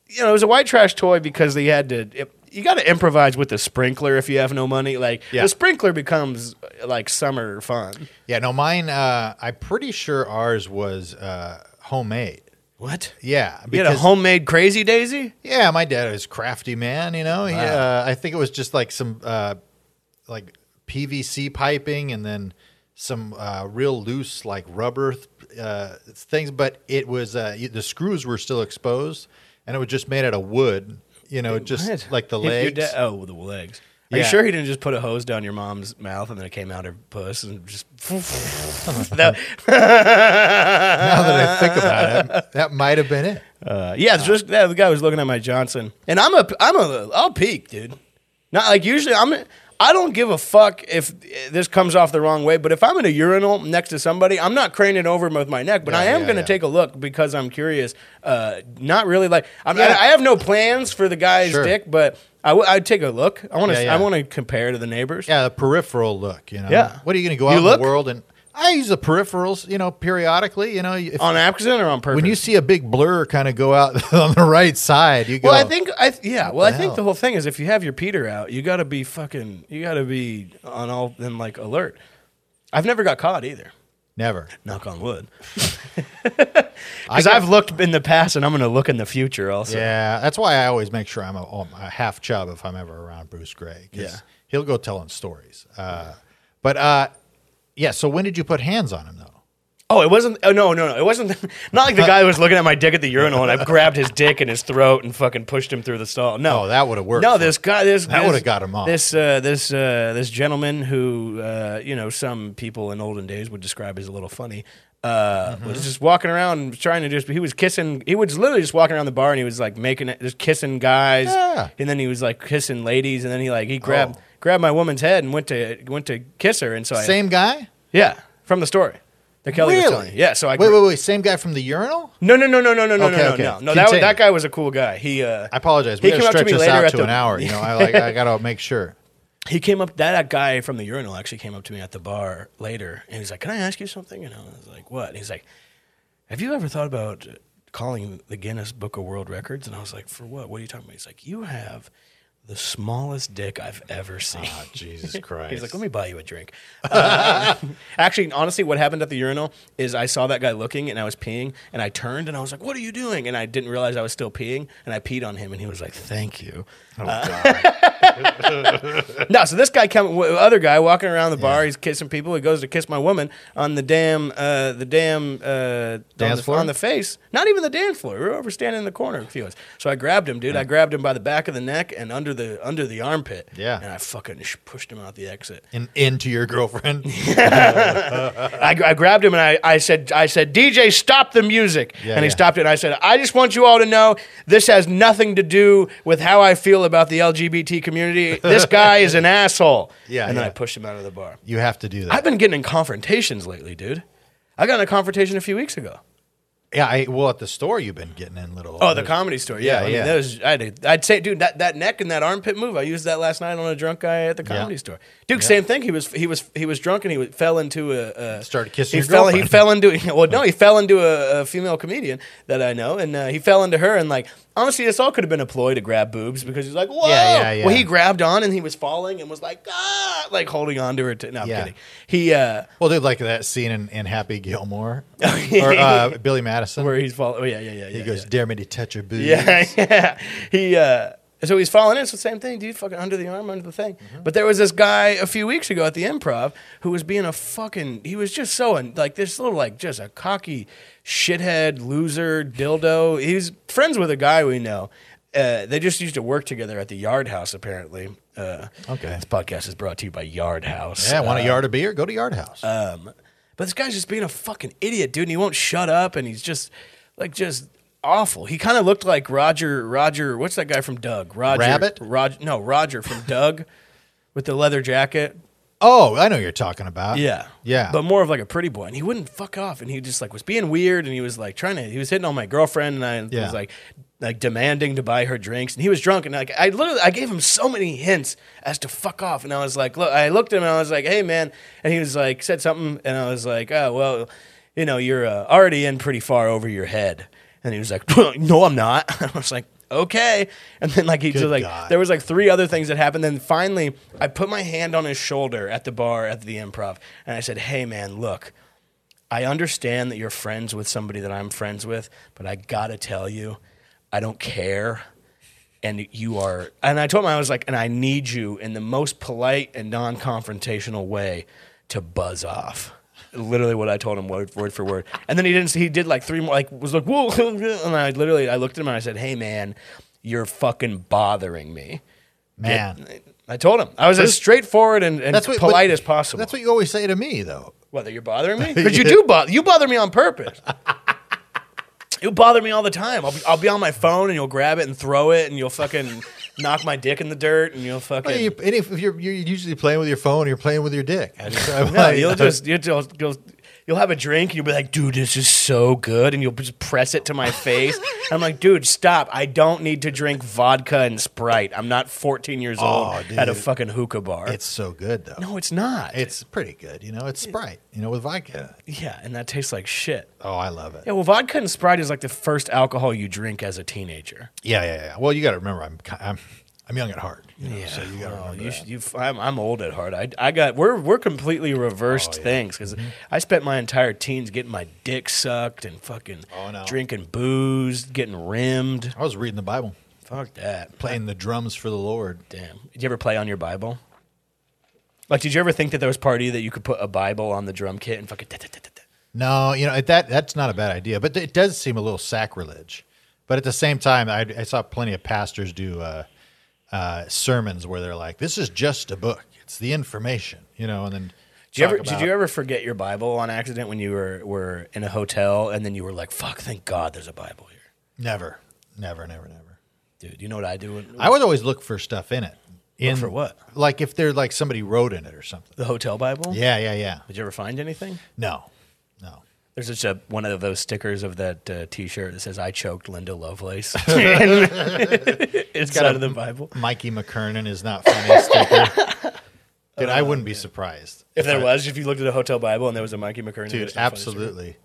Speaker 2: you know, it was a white trash toy because they had to. It, you got to improvise with the sprinkler if you have no money. Like
Speaker 1: Yeah.
Speaker 2: the sprinkler becomes uh, like summer fun.
Speaker 1: Yeah, no, mine. Uh, I'm pretty sure ours was uh, homemade.
Speaker 2: What?
Speaker 1: Yeah,
Speaker 2: You had a homemade crazy daisy?
Speaker 1: Yeah, my dad was crafty man. You know, he, uh, I think it was just like some uh, like PVC piping and then some uh, real loose like rubber th- uh, things. But it was uh, y- the screws were still exposed, and it was just made out of wood. You know, just
Speaker 2: What?
Speaker 1: like the
Speaker 2: Your- your
Speaker 1: legs.
Speaker 2: da- oh, the legs. Are
Speaker 1: Yeah.
Speaker 2: you sure he didn't just put a hose down your mom's mouth and then it came out her puss and
Speaker 1: [LAUGHS]
Speaker 2: just [LAUGHS] that,
Speaker 1: now that I think about
Speaker 2: [LAUGHS]
Speaker 1: it, that might have been it.
Speaker 2: uh, yeah, it's just yeah, the guy was looking at my Johnson and I'm a I'm a I'll peek, dude. Not like usually I'm I don't give a fuck if this comes off the wrong way, but if I'm in a urinal next to somebody, I'm not craning over with my neck, but
Speaker 1: Yeah,
Speaker 2: I am
Speaker 1: yeah,
Speaker 2: going to
Speaker 1: yeah.
Speaker 2: take a look because I'm curious. Uh, not really like I'm,
Speaker 1: Yeah.
Speaker 2: I, I have no plans for the guy's
Speaker 1: Sure.
Speaker 2: dick, but I w- I'd take a look. I want to
Speaker 1: Yeah, yeah.
Speaker 2: I want to compare to the neighbors.
Speaker 1: Yeah, the peripheral look. You know,
Speaker 2: Yeah.
Speaker 1: What are you going to go
Speaker 2: You
Speaker 1: out in
Speaker 2: look?
Speaker 1: the world and? I use the peripherals, you know, periodically. You know, if
Speaker 2: on accident or on purpose?
Speaker 1: when you see a big blur kind of go out [LAUGHS] on the right side, you go.
Speaker 2: well, I think I th- yeah. Well, I
Speaker 1: the
Speaker 2: think
Speaker 1: hell?
Speaker 2: the whole thing is if you have your Peter out, you got to be fucking. You got to be on all and like alert. I've never got caught either.
Speaker 1: never.
Speaker 2: Knock on wood. [LAUGHS]
Speaker 1: I
Speaker 2: Because
Speaker 1: got-
Speaker 2: I've looked in the past and I'm going to look in the future also.
Speaker 1: Yeah, that's why I always make sure I'm a, oh, a half chub if I'm ever around Bruce Gray. 'cause
Speaker 2: Yeah.
Speaker 1: he'll go telling stories. Uh, But uh, yeah, so when did you put hands on him though?
Speaker 2: Oh, it wasn't. Oh, no, no, no. It wasn't. [LAUGHS] Not like the guy was looking at my dick at the urinal and I grabbed his dick and his throat and fucking pushed him through the stall. No,
Speaker 1: Oh, that would have worked.
Speaker 2: No,
Speaker 1: for
Speaker 2: this guy, this
Speaker 1: That
Speaker 2: this-
Speaker 1: would've got him off.
Speaker 2: This uh, this uh, this gentleman who uh, you know some people in olden days would describe as a little funny uh,
Speaker 1: Mm-hmm.
Speaker 2: was just walking around and trying to just he was kissing he was literally just walking around the bar and he was like making it just kissing guys
Speaker 1: Yeah.
Speaker 2: and then he was like kissing ladies and then he like he grabbed
Speaker 1: Oh.
Speaker 2: grabbed my woman's head and went to went to kiss her and so I
Speaker 1: Same guy.
Speaker 2: Oh, yeah from the story that Kelly was telling you. yeah so I
Speaker 1: wait, wait, wait. Same guy from the urinal.
Speaker 2: no no no no no no no
Speaker 1: Okay,
Speaker 2: no
Speaker 1: okay.
Speaker 2: no no that,
Speaker 1: Continue.
Speaker 2: that guy was a cool guy he uh,
Speaker 1: I apologize.
Speaker 2: He
Speaker 1: We got to
Speaker 2: came up to
Speaker 1: stretch
Speaker 2: me
Speaker 1: this
Speaker 2: later
Speaker 1: out
Speaker 2: at
Speaker 1: to
Speaker 2: the-
Speaker 1: an hour. You know, I like. I gotta make
Speaker 2: [LAUGHS]
Speaker 1: sure.
Speaker 2: he came up that guy from the urinal actually came up to me at the bar later and he's like can i ask you something and i was like what and he's like have you ever thought about calling the guinness book of world records and i was like for what what are you talking about he's like you have the smallest dick i've ever seen
Speaker 1: Oh, Jesus Christ.
Speaker 2: He's like, let me buy you a drink. Uh, [LAUGHS] actually, honestly, what happened at the urinal is I saw that guy looking and I was peeing and I turned and I was like, what are
Speaker 1: [LAUGHS]
Speaker 2: you [LAUGHS] doing? And I didn't realize I was still peeing and I peed on him and he was like, thank you.
Speaker 1: Oh, God.
Speaker 2: No, so this guy come w- other guy walking around the bar, he's kissing people. He goes to kiss my woman on the damn uh, the damn uh, on
Speaker 1: Dance
Speaker 2: the,
Speaker 1: floor?
Speaker 2: on the face. Not even the dance floor. We were over standing in the corner a few of us. So I grabbed him, dude. I grabbed him by the back of the neck and under the under the armpit.
Speaker 1: Yeah.
Speaker 2: And I fucking sh- pushed him out the exit.
Speaker 1: and into your girlfriend.
Speaker 2: I, I grabbed him and I, I said, I said, DJ, stop the music.
Speaker 1: Yeah,
Speaker 2: and he
Speaker 1: yeah.
Speaker 2: stopped it. And I said, I just want you all to know this has nothing to do with how I feel about the LGBT
Speaker 1: [LAUGHS]
Speaker 2: community. This guy is an asshole.
Speaker 1: Yeah,
Speaker 2: And then
Speaker 1: yeah.
Speaker 2: I pushed him out of the bar.
Speaker 1: You have to do that.
Speaker 2: I've been getting in confrontations lately, dude. I got in a confrontation a few weeks ago.
Speaker 1: yeah, I, well, at the store you've been getting in little.
Speaker 2: Oh, the comedy store.
Speaker 1: Yeah,
Speaker 2: Yeah, I mean,
Speaker 1: yeah.
Speaker 2: That was, I did, I'd say, dude, that, that neck and that armpit move. I used that last night on a drunk guy at the comedy store. Dude, same thing. He was he was he was drunk and he was, fell into a, a
Speaker 1: Started kissing
Speaker 2: He
Speaker 1: your
Speaker 2: fell he
Speaker 1: girlfriend. Oh.
Speaker 2: fell into [LAUGHS] well no he fell into a, a female comedian that I know and uh, he fell into her and like honestly this all could have been a ploy to grab boobs because he's like whoa
Speaker 1: yeah, yeah.
Speaker 2: well he grabbed on and he was falling and was like ah like holding on to her. T- no, I'm
Speaker 1: Yeah.
Speaker 2: kidding. He uh,
Speaker 1: well, dude, like that scene in, in Happy Gilmore
Speaker 2: [LAUGHS] Oh,
Speaker 1: or uh, Billy Madison.
Speaker 2: where he's falling. Oh yeah yeah yeah.
Speaker 1: he goes, "Dare me to touch your boob."
Speaker 2: Yeah, [LAUGHS] yeah. He uh, so he's falling in. So same thing, dude. Fucking under the arm, under the thing. But there was this guy a few weeks ago at the improv who was being a fucking. He was just so un- like this little like just a cocky shithead loser dildo. He was friends with a guy we know. Uh, they just used to work together at the Yard House apparently. Uh,
Speaker 1: Okay.
Speaker 2: This podcast is brought to you by Yard House.
Speaker 1: Yeah, want a yard of beer? Go to Yard House.
Speaker 2: Um, but this guy's just being a fucking idiot, dude, and he won't shut up, and he's just like just awful. He kind of looked like Roger, Roger, what's that guy from Doug? Roger
Speaker 1: Rabbit?
Speaker 2: Roger, no, Roger from Doug, with the leather jacket.
Speaker 1: oh, I know what you're talking about.
Speaker 2: Yeah,
Speaker 1: yeah.
Speaker 2: but more of like a pretty boy, and he wouldn't fuck off, and he just like was being weird, and he was like trying to, he was hitting on my girlfriend, and I
Speaker 1: Yeah.
Speaker 2: was like. Like demanding to buy her drinks, and he was drunk, and like I literally, I gave him so many hints as to fuck off, and I was like, look, I looked at him, and I was like, hey man, and he was like, said something, and I was like, oh well, you know, you're uh, already in pretty far over your head, and he was like, [LAUGHS] no, I'm not. I was like, okay, and then like he just like
Speaker 1: God.
Speaker 2: there was like three other things that happened. Then finally, I put my hand on his shoulder at the bar at the improv, and I said, hey man, look. I understand that you're friends with somebody that I'm friends with, but I gotta tell you, I don't care. And you are, and I told him, I was like, and I need you in the most polite and non confrontational way to buzz off. Literally what I told him word, word for word. And then he didn't, he did like three more, like, was like, whoa. [LAUGHS] And I literally, I looked at him and I said, hey man, you're fucking bothering me.
Speaker 1: man,
Speaker 2: I told him, I was as straightforward and, and
Speaker 1: what-
Speaker 2: polite
Speaker 1: but
Speaker 2: as possible.
Speaker 1: That's what you always say to me, though.
Speaker 2: Whether you're bothering
Speaker 1: [LAUGHS]
Speaker 2: me, because you do bother you bother me on purpose. [LAUGHS] you bother me all the time. I'll be, I'll be on my phone and you'll grab it and throw it and you'll fucking [LAUGHS] knock my dick in the dirt and you'll fucking.
Speaker 1: Hey,
Speaker 2: [LAUGHS]
Speaker 1: you- and if you're, you're usually playing with your phone, you're playing with your dick. [LAUGHS] I just- I'm
Speaker 2: no,
Speaker 1: like-
Speaker 2: you'll just you'll, just- you'll you'll have a drink and you'll be like, dude, this is so good, and you'll just press it to
Speaker 1: [LAUGHS]
Speaker 2: my face. I'm like, dude, stop! I don't need to drink vodka and Sprite. I'm not 14 years
Speaker 1: Oh,
Speaker 2: old at a
Speaker 1: dude.
Speaker 2: fucking hookah bar.
Speaker 1: It's so good though.
Speaker 2: no, it's not.
Speaker 1: It's pretty good. You know, it's Sprite. You know, with vodka.
Speaker 2: yeah, and that tastes like shit.
Speaker 1: Oh, I love it.
Speaker 2: Yeah, well, vodka and Sprite is like the first alcohol you drink as a teenager.
Speaker 1: Yeah, yeah, yeah. Well, you got to remember, I'm, ki- I'm, I'm young at heart. You know, So you got to
Speaker 2: Oh,
Speaker 1: remember.
Speaker 2: you should, you, I'm, I'm old at heart. I, I got we're we're completely
Speaker 1: Oh,
Speaker 2: reversed things because
Speaker 1: Mm-hmm.
Speaker 2: I spent my entire teens getting my dick sucked and fucking
Speaker 1: Oh, no.
Speaker 2: drinking booze, getting rimmed.
Speaker 1: I was reading the Bible,
Speaker 2: Fuck that.
Speaker 1: playing the drums for the Lord.
Speaker 2: Damn. Did you ever play on your Bible? Like, did you ever think that there was part of you that you could put a Bible on the drum kit and fucking? da- da- da- da- da?
Speaker 1: No, you know that that's not a bad idea, but it does seem a little sacrilege. But at the same time, I, I saw plenty of pastors do uh, uh, sermons where they're like, "This is just a book; it's the information," you know. And then
Speaker 2: Did you, ever,
Speaker 1: talk about-
Speaker 2: did you ever forget your Bible on accident when you were, were in a hotel and then you were like, fuck, thank God there's a Bible here?
Speaker 1: Never, never, never, never.
Speaker 2: Dude, you know what I do? When,
Speaker 1: I would always look for stuff in it. In
Speaker 2: for what?
Speaker 1: Like if they're like somebody wrote in it or something.
Speaker 2: the hotel Bible?
Speaker 1: Yeah, yeah, yeah.
Speaker 2: Did you ever find anything?
Speaker 1: No, no.
Speaker 2: There's just a, one of those stickers of that uh, T-shirt that says "I choked Linda Lovelace." [LAUGHS] it's out of the Bible.
Speaker 1: Mikey McKernan is not
Speaker 2: [LAUGHS]
Speaker 1: funny sticker. Dude,
Speaker 2: Oh,
Speaker 1: I wouldn't be surprised
Speaker 2: If there
Speaker 1: I-
Speaker 2: was, if you looked at a hotel Bible and there was a Mikey McKernan,
Speaker 1: Dude, absolutely.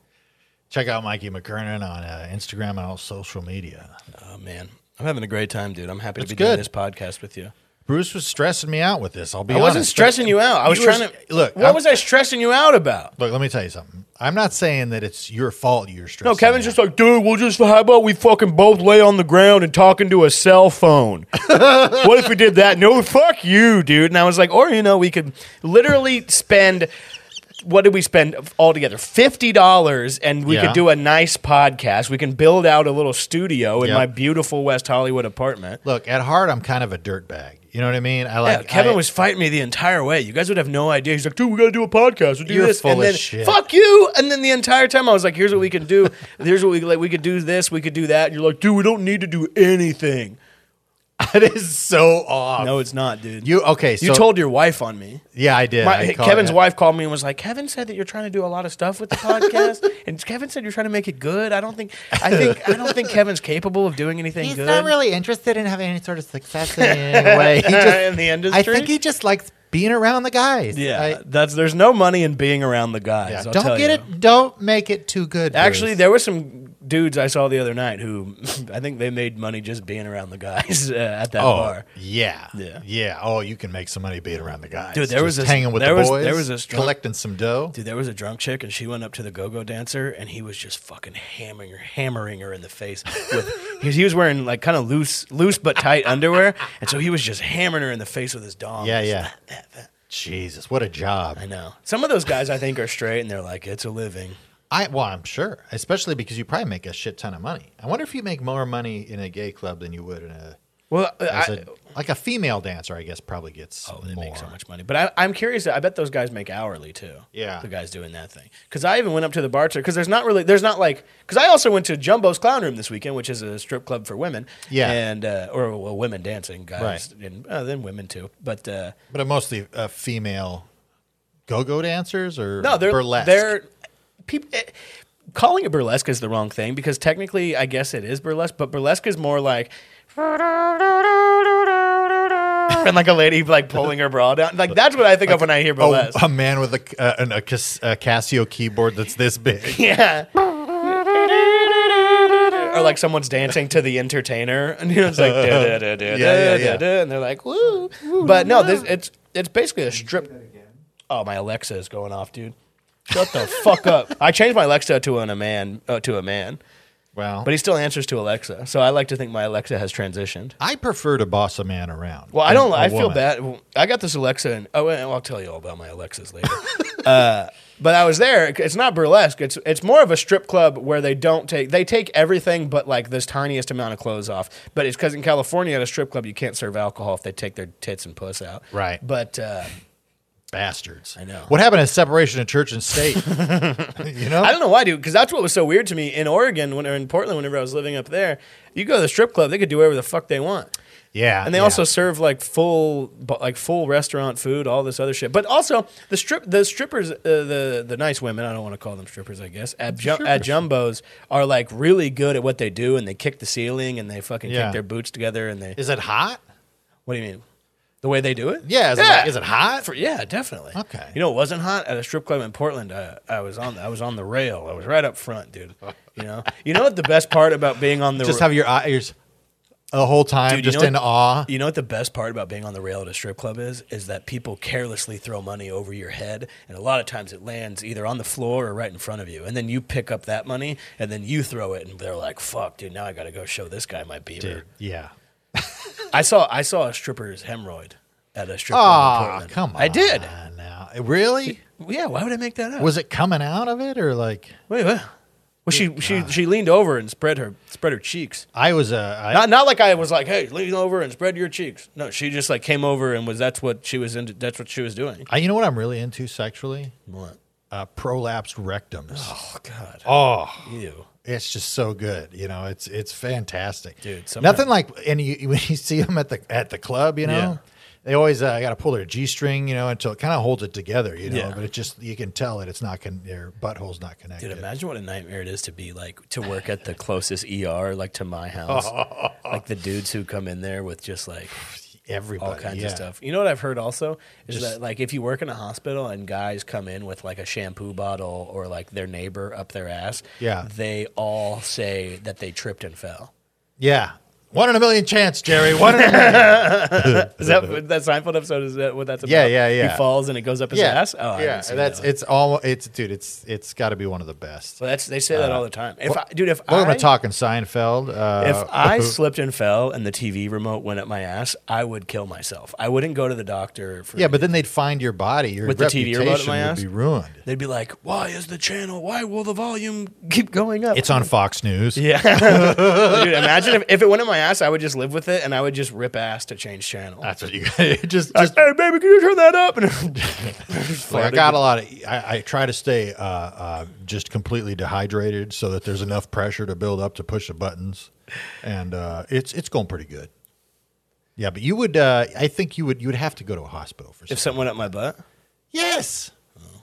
Speaker 1: Check out Mikey McKernan on uh, Instagram and all social media.
Speaker 2: Oh man, I'm having a great time, dude. I'm happy to be
Speaker 1: good.
Speaker 2: doing this podcast with you.
Speaker 1: Bruce was stressing me out with this. I'll be.
Speaker 2: I wasn't
Speaker 1: honest.
Speaker 2: stressing you out. I was
Speaker 1: you were
Speaker 2: trying
Speaker 1: s-
Speaker 2: to
Speaker 1: look,
Speaker 2: What
Speaker 1: I'm-
Speaker 2: was I stressing you out about?
Speaker 1: Look, let me tell you something. I'm not saying that it's your fault you're stressing.
Speaker 2: No, Kevin's
Speaker 1: me
Speaker 2: just like, dude, we'll just how about we fucking both lay on the ground and talk into a
Speaker 1: [LAUGHS]
Speaker 2: cell phone? what if we did that? No, fuck you, dude. And I was like, or you know, we could literally spend. What did we spend altogether? Fifty dollars, and we
Speaker 1: Yeah.
Speaker 2: could do a nice podcast. We can build out a little studio in
Speaker 1: Yep.
Speaker 2: my beautiful West Hollywood apartment.
Speaker 1: Look, at heart, I'm kind of a dirtbag. You know what I mean? I
Speaker 2: Yeah,
Speaker 1: like
Speaker 2: Kevin
Speaker 1: I- [LAUGHS]
Speaker 2: was fighting me the entire way. You guys would have no idea. He's like, dude, we got to do a podcast. We'll do
Speaker 1: You're
Speaker 2: this.
Speaker 1: full
Speaker 2: and
Speaker 1: of
Speaker 2: then,
Speaker 1: shit.
Speaker 2: fuck you. And then the entire time I was like, here's what we can do. here's what we like. We could do this. We could do that. And you're like, dude, we don't need to do anything.
Speaker 1: That is so off.
Speaker 2: No, it's not, dude.
Speaker 1: You okay? So
Speaker 2: You told your wife on me.
Speaker 1: yeah, I did.
Speaker 2: My,
Speaker 1: I called-
Speaker 2: Kevin's wife called me and was like, Kevin said that you're trying to do a lot of stuff with the podcast. and Kevin said you're trying to make it good. I don't think, I think, I don't think Kevin's capable of doing anything
Speaker 3: He's
Speaker 2: good.
Speaker 3: not really interested in having any sort of success in any way. He just,
Speaker 2: [LAUGHS] in the industry.
Speaker 3: I think he just likes being around the guys.
Speaker 2: Yeah,
Speaker 3: I-
Speaker 2: that's there's no money in being around the guys.
Speaker 1: Yeah,
Speaker 2: I'll
Speaker 3: don't
Speaker 2: tell
Speaker 3: get
Speaker 2: you.
Speaker 3: it. Don't make it too good.
Speaker 2: Actually,
Speaker 3: Bruce.
Speaker 2: there were some dudes I saw the other night who [LAUGHS] I think they made money just being around the guys [LAUGHS] uh, at that
Speaker 1: Oh
Speaker 2: bar.
Speaker 1: yeah,
Speaker 2: Yeah.
Speaker 1: yeah. Oh, you can make some money being around the guys.
Speaker 2: Dude, there was
Speaker 1: Just
Speaker 2: this-
Speaker 1: hanging with
Speaker 2: there
Speaker 1: the
Speaker 2: was-
Speaker 1: boys.
Speaker 2: there was this drunk-
Speaker 1: collecting some dough.
Speaker 2: Dude, there was a drunk chick and she went up to the go-go dancer and he was just fucking hammering her, hammering her in the face. With, [LAUGHS] he, was, he was wearing like kind of loose, loose but tight underwear, and so he was just hammering her in the face with his dong.
Speaker 1: yeah,
Speaker 2: Just
Speaker 1: yeah. Jesus, what a job!
Speaker 2: I know. Some of those guys I think are straight and they're like, it's a living.
Speaker 1: I well, I'm sure, especially because you probably make a shit ton of money. I wonder if you make more money in a gay club than you would in a
Speaker 2: Well,
Speaker 1: as
Speaker 2: I,
Speaker 1: a- like a female dancer. I guess probably gets
Speaker 2: Oh, they
Speaker 1: more.
Speaker 2: make so much money. But I, I'm curious. I bet those guys make hourly too.
Speaker 1: Yeah.
Speaker 2: the guys doing that thing. Because I even went up to the bartender because there's not really there's not like because I also went to Jumbo's Clown Room this weekend, which is a strip club for women.
Speaker 1: Yeah.
Speaker 2: and uh, or well, women dancing guys, and uh, then women too. But uh,
Speaker 1: But mostly uh, female go-go dancers or
Speaker 2: no, they're
Speaker 1: burlesque.
Speaker 2: They're people. Calling it burlesque is the wrong thing because technically, I guess it is burlesque, but burlesque is more like [LAUGHS] and like a lady like pulling her bra down. Like that's what I think of when I hear
Speaker 1: Oh,
Speaker 2: burlesque.
Speaker 1: a man with a, uh, an, a, Cas- a Casio keyboard that's this big.
Speaker 2: Yeah. Or like someone's dancing to the entertainer, and you know, it's like da, [LAUGHS] da, da,
Speaker 1: [LAUGHS]
Speaker 2: da,
Speaker 1: yeah, yeah.
Speaker 2: da, da, da, and they're like woo. But no, this, it's it's basically a strip. Oh, my Alexa is going off, dude. Shut the fuck up. I changed my Alexa to an a man uh, to a man,
Speaker 1: Wow.
Speaker 2: but he still answers to Alexa. So I like to think my Alexa has transitioned.
Speaker 1: I prefer to boss a man around.
Speaker 2: Well, I don't.
Speaker 1: than a
Speaker 2: I feel
Speaker 1: woman.
Speaker 2: bad. I got this Alexa, and oh, and I'll tell you all about my Alexas later. [LAUGHS] uh, but I was there. It's not burlesque. It's it's more of a strip club where they don't take they take everything but like this tiniest amount of clothes off. But it's because in California at a strip club you can't serve alcohol if they take their tits and puss out.
Speaker 1: Right.
Speaker 2: But uh,
Speaker 1: Bastards. I
Speaker 2: know.
Speaker 1: What happened to separation of church and
Speaker 2: [LAUGHS]
Speaker 1: state? you know?
Speaker 2: I don't know why, dude. Because that's what was so weird to me in Oregon when or in Portland whenever I was living up there. You go to the strip club, they could do whatever the fuck they want.
Speaker 1: yeah.
Speaker 2: and they
Speaker 1: Uh, yeah.
Speaker 2: also serve like full bu- like full restaurant food all this other shit but also the strip the strippers uh, the the nice women i don't want to call them strippers i guess at, ju- at jumbos are like really good at what they do and they kick the ceiling and they fucking
Speaker 1: Yeah.
Speaker 2: kick their boots together and they
Speaker 1: Is it hot?
Speaker 2: what do you mean the way they do it
Speaker 1: Yeah. Is, It, like, is it hot?
Speaker 2: For- yeah, definitely.
Speaker 1: Okay.
Speaker 2: You know, it wasn't hot at a strip club in Portland. I, I was on, I was on the rail. I was right up front, dude. You know, you know what the best part about being on the
Speaker 1: just have your eye- ears the whole time,
Speaker 2: Dude, you
Speaker 1: just
Speaker 2: know
Speaker 1: in
Speaker 2: what-
Speaker 1: awe.
Speaker 2: You know what the best part about being on the rail at a strip club is? Is that people carelessly throw money over your head, and a lot of times it lands either on the floor or right in front of you, and then you pick up that money, and then you throw it, and they're like, "Fuck, dude, now I gotta go show this guy my beaver."
Speaker 1: Dude, yeah.
Speaker 2: I saw I saw a stripper's hemorrhoid at a strip club. in
Speaker 1: Oh,
Speaker 2: Portland.
Speaker 1: come on.
Speaker 2: I did.
Speaker 1: Now. Really?
Speaker 2: Yeah, why would I make that up?
Speaker 1: Was it coming out of it or like.
Speaker 2: wait, what? Well, she, she she leaned over and spread her spread her cheeks.
Speaker 1: I was uh, I-
Speaker 2: Not not like I was like, hey, lean over and spread your cheeks. No, she just like came over and was that's what she was into. That's what she was doing.
Speaker 1: I, you know what I'm really into sexually?
Speaker 2: What?
Speaker 1: Uh, prolapsed rectums.
Speaker 2: Oh God.
Speaker 1: Oh,
Speaker 2: Ew.
Speaker 1: it's just so good. You know, it's it's fantastic,
Speaker 2: Dude, sometimes-
Speaker 1: Nothing like and you [LAUGHS] when you see them at the at the club, you know,
Speaker 2: Yeah.
Speaker 1: they always uh, got to pull their g string, you know, until it kind of holds it together, you know.
Speaker 2: Yeah.
Speaker 1: But it just you can tell that it's not con- their butthole's not connected.
Speaker 2: Dude, imagine what a nightmare it is to be like to work at the closest ER, like
Speaker 1: [LAUGHS]
Speaker 2: to my house. like the dudes who come in there with just like
Speaker 1: Everybody,
Speaker 2: all kinds
Speaker 1: yeah.
Speaker 2: of stuff. You know what I've heard also is that like if you work in a hospital and guys come in with like a shampoo bottle or like their neighbor up their ass,
Speaker 1: Yeah.
Speaker 2: they all say that they tripped and fell.
Speaker 1: Yeah. One in a million chance, Jerry. One
Speaker 2: [LAUGHS]
Speaker 1: in a million.
Speaker 2: Is that what that Seinfeld episode? Is that what that's about?
Speaker 1: Yeah, yeah, yeah.
Speaker 2: He falls and it goes up his
Speaker 1: yeah,
Speaker 2: ass. Oh, I
Speaker 1: yeah.
Speaker 2: haven't seen
Speaker 1: That's
Speaker 2: that one.
Speaker 1: it's all. It's dude. It's it's got to be one of the best.
Speaker 2: Well, that's they say
Speaker 1: Uh,
Speaker 2: that all the time. If I, dude, if
Speaker 1: We're
Speaker 2: I
Speaker 1: gonna talk in Seinfeld. Uh,
Speaker 2: if
Speaker 1: [LAUGHS]
Speaker 2: I slipped and fell and the TV remote went up my ass, I would kill myself. I wouldn't go to the doctor. For
Speaker 1: yeah, but then they'd find your body. Your
Speaker 2: With the TV
Speaker 1: reputation
Speaker 2: remote in my
Speaker 1: would
Speaker 2: ass?
Speaker 1: be ruined.
Speaker 2: they'd be like, "Why is the channel? Why will the volume [LAUGHS] keep going up?"
Speaker 1: It's on Fox News.
Speaker 2: yeah,
Speaker 1: [LAUGHS]
Speaker 2: dude. Imagine if, if it went up my ass, I would just live with it and I would just rip ass to change channel.
Speaker 1: That's what you [LAUGHS] just
Speaker 2: Like,
Speaker 1: Uh, just.
Speaker 2: hey, baby, can you turn that up? [LAUGHS] And
Speaker 1: Like, I got a lot of. I, I try to stay uh, uh, just completely dehydrated so that there's enough pressure to build up to push the buttons, and uh, it's it's going pretty good. Yeah, but you would. Uh, I think you would. You would have to go to a hospital for.
Speaker 2: if
Speaker 1: something.
Speaker 2: something went up my butt,
Speaker 1: yes,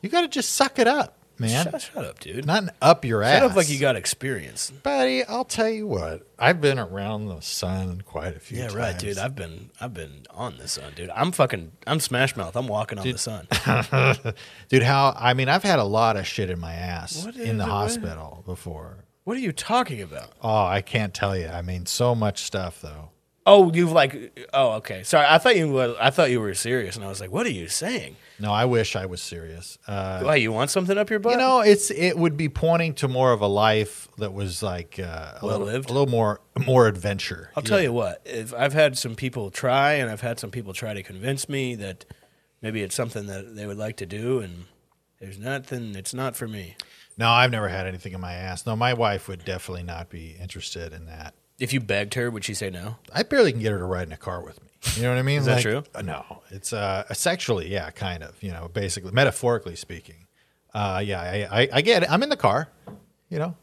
Speaker 1: you got to just suck it up, man.
Speaker 2: shut, shut up, dude.
Speaker 1: Not an up your ass.
Speaker 2: Shut up like you got experience.
Speaker 1: buddy. I'll tell you what. I've been around the sun quite a few.
Speaker 2: Yeah,
Speaker 1: times.
Speaker 2: right, dude. I've been I've been on the sun, dude. I'm fucking I'm smash mouth. I'm walking on the sun.
Speaker 1: dude. How? I mean, I've had a lot of shit in my ass
Speaker 2: What is
Speaker 1: in the
Speaker 2: it with-
Speaker 1: hospital before.
Speaker 2: What are you talking about?
Speaker 1: Oh, I can't tell you. I mean, so much stuff though.
Speaker 2: Oh, you've like oh, okay. Sorry, I thought you were I thought you were serious and I was like, What are you saying?
Speaker 1: No, I wish I was serious. Uh,
Speaker 2: Why you want something up your butt?
Speaker 1: you know, it's it would be pointing to more of a life that was like uh, a little-
Speaker 2: Well-lived?
Speaker 1: a little more more adventure.
Speaker 2: I'll tell you what, if I've had some people try and I've had some people try to convince me that maybe it's something that they would like to do and there's nothing it's not for me.
Speaker 1: No, I've never had anything in my ass. No, my wife would definitely not be interested in that.
Speaker 2: If you begged her, would she say no?
Speaker 1: I barely can get her to ride in a car with me. You know what I mean? Is
Speaker 2: that true?
Speaker 1: No, it's uh, sexually, yeah, kind of. You know, basically, metaphorically speaking. Uh, yeah, I, I, I get it. I'm in the car. You know,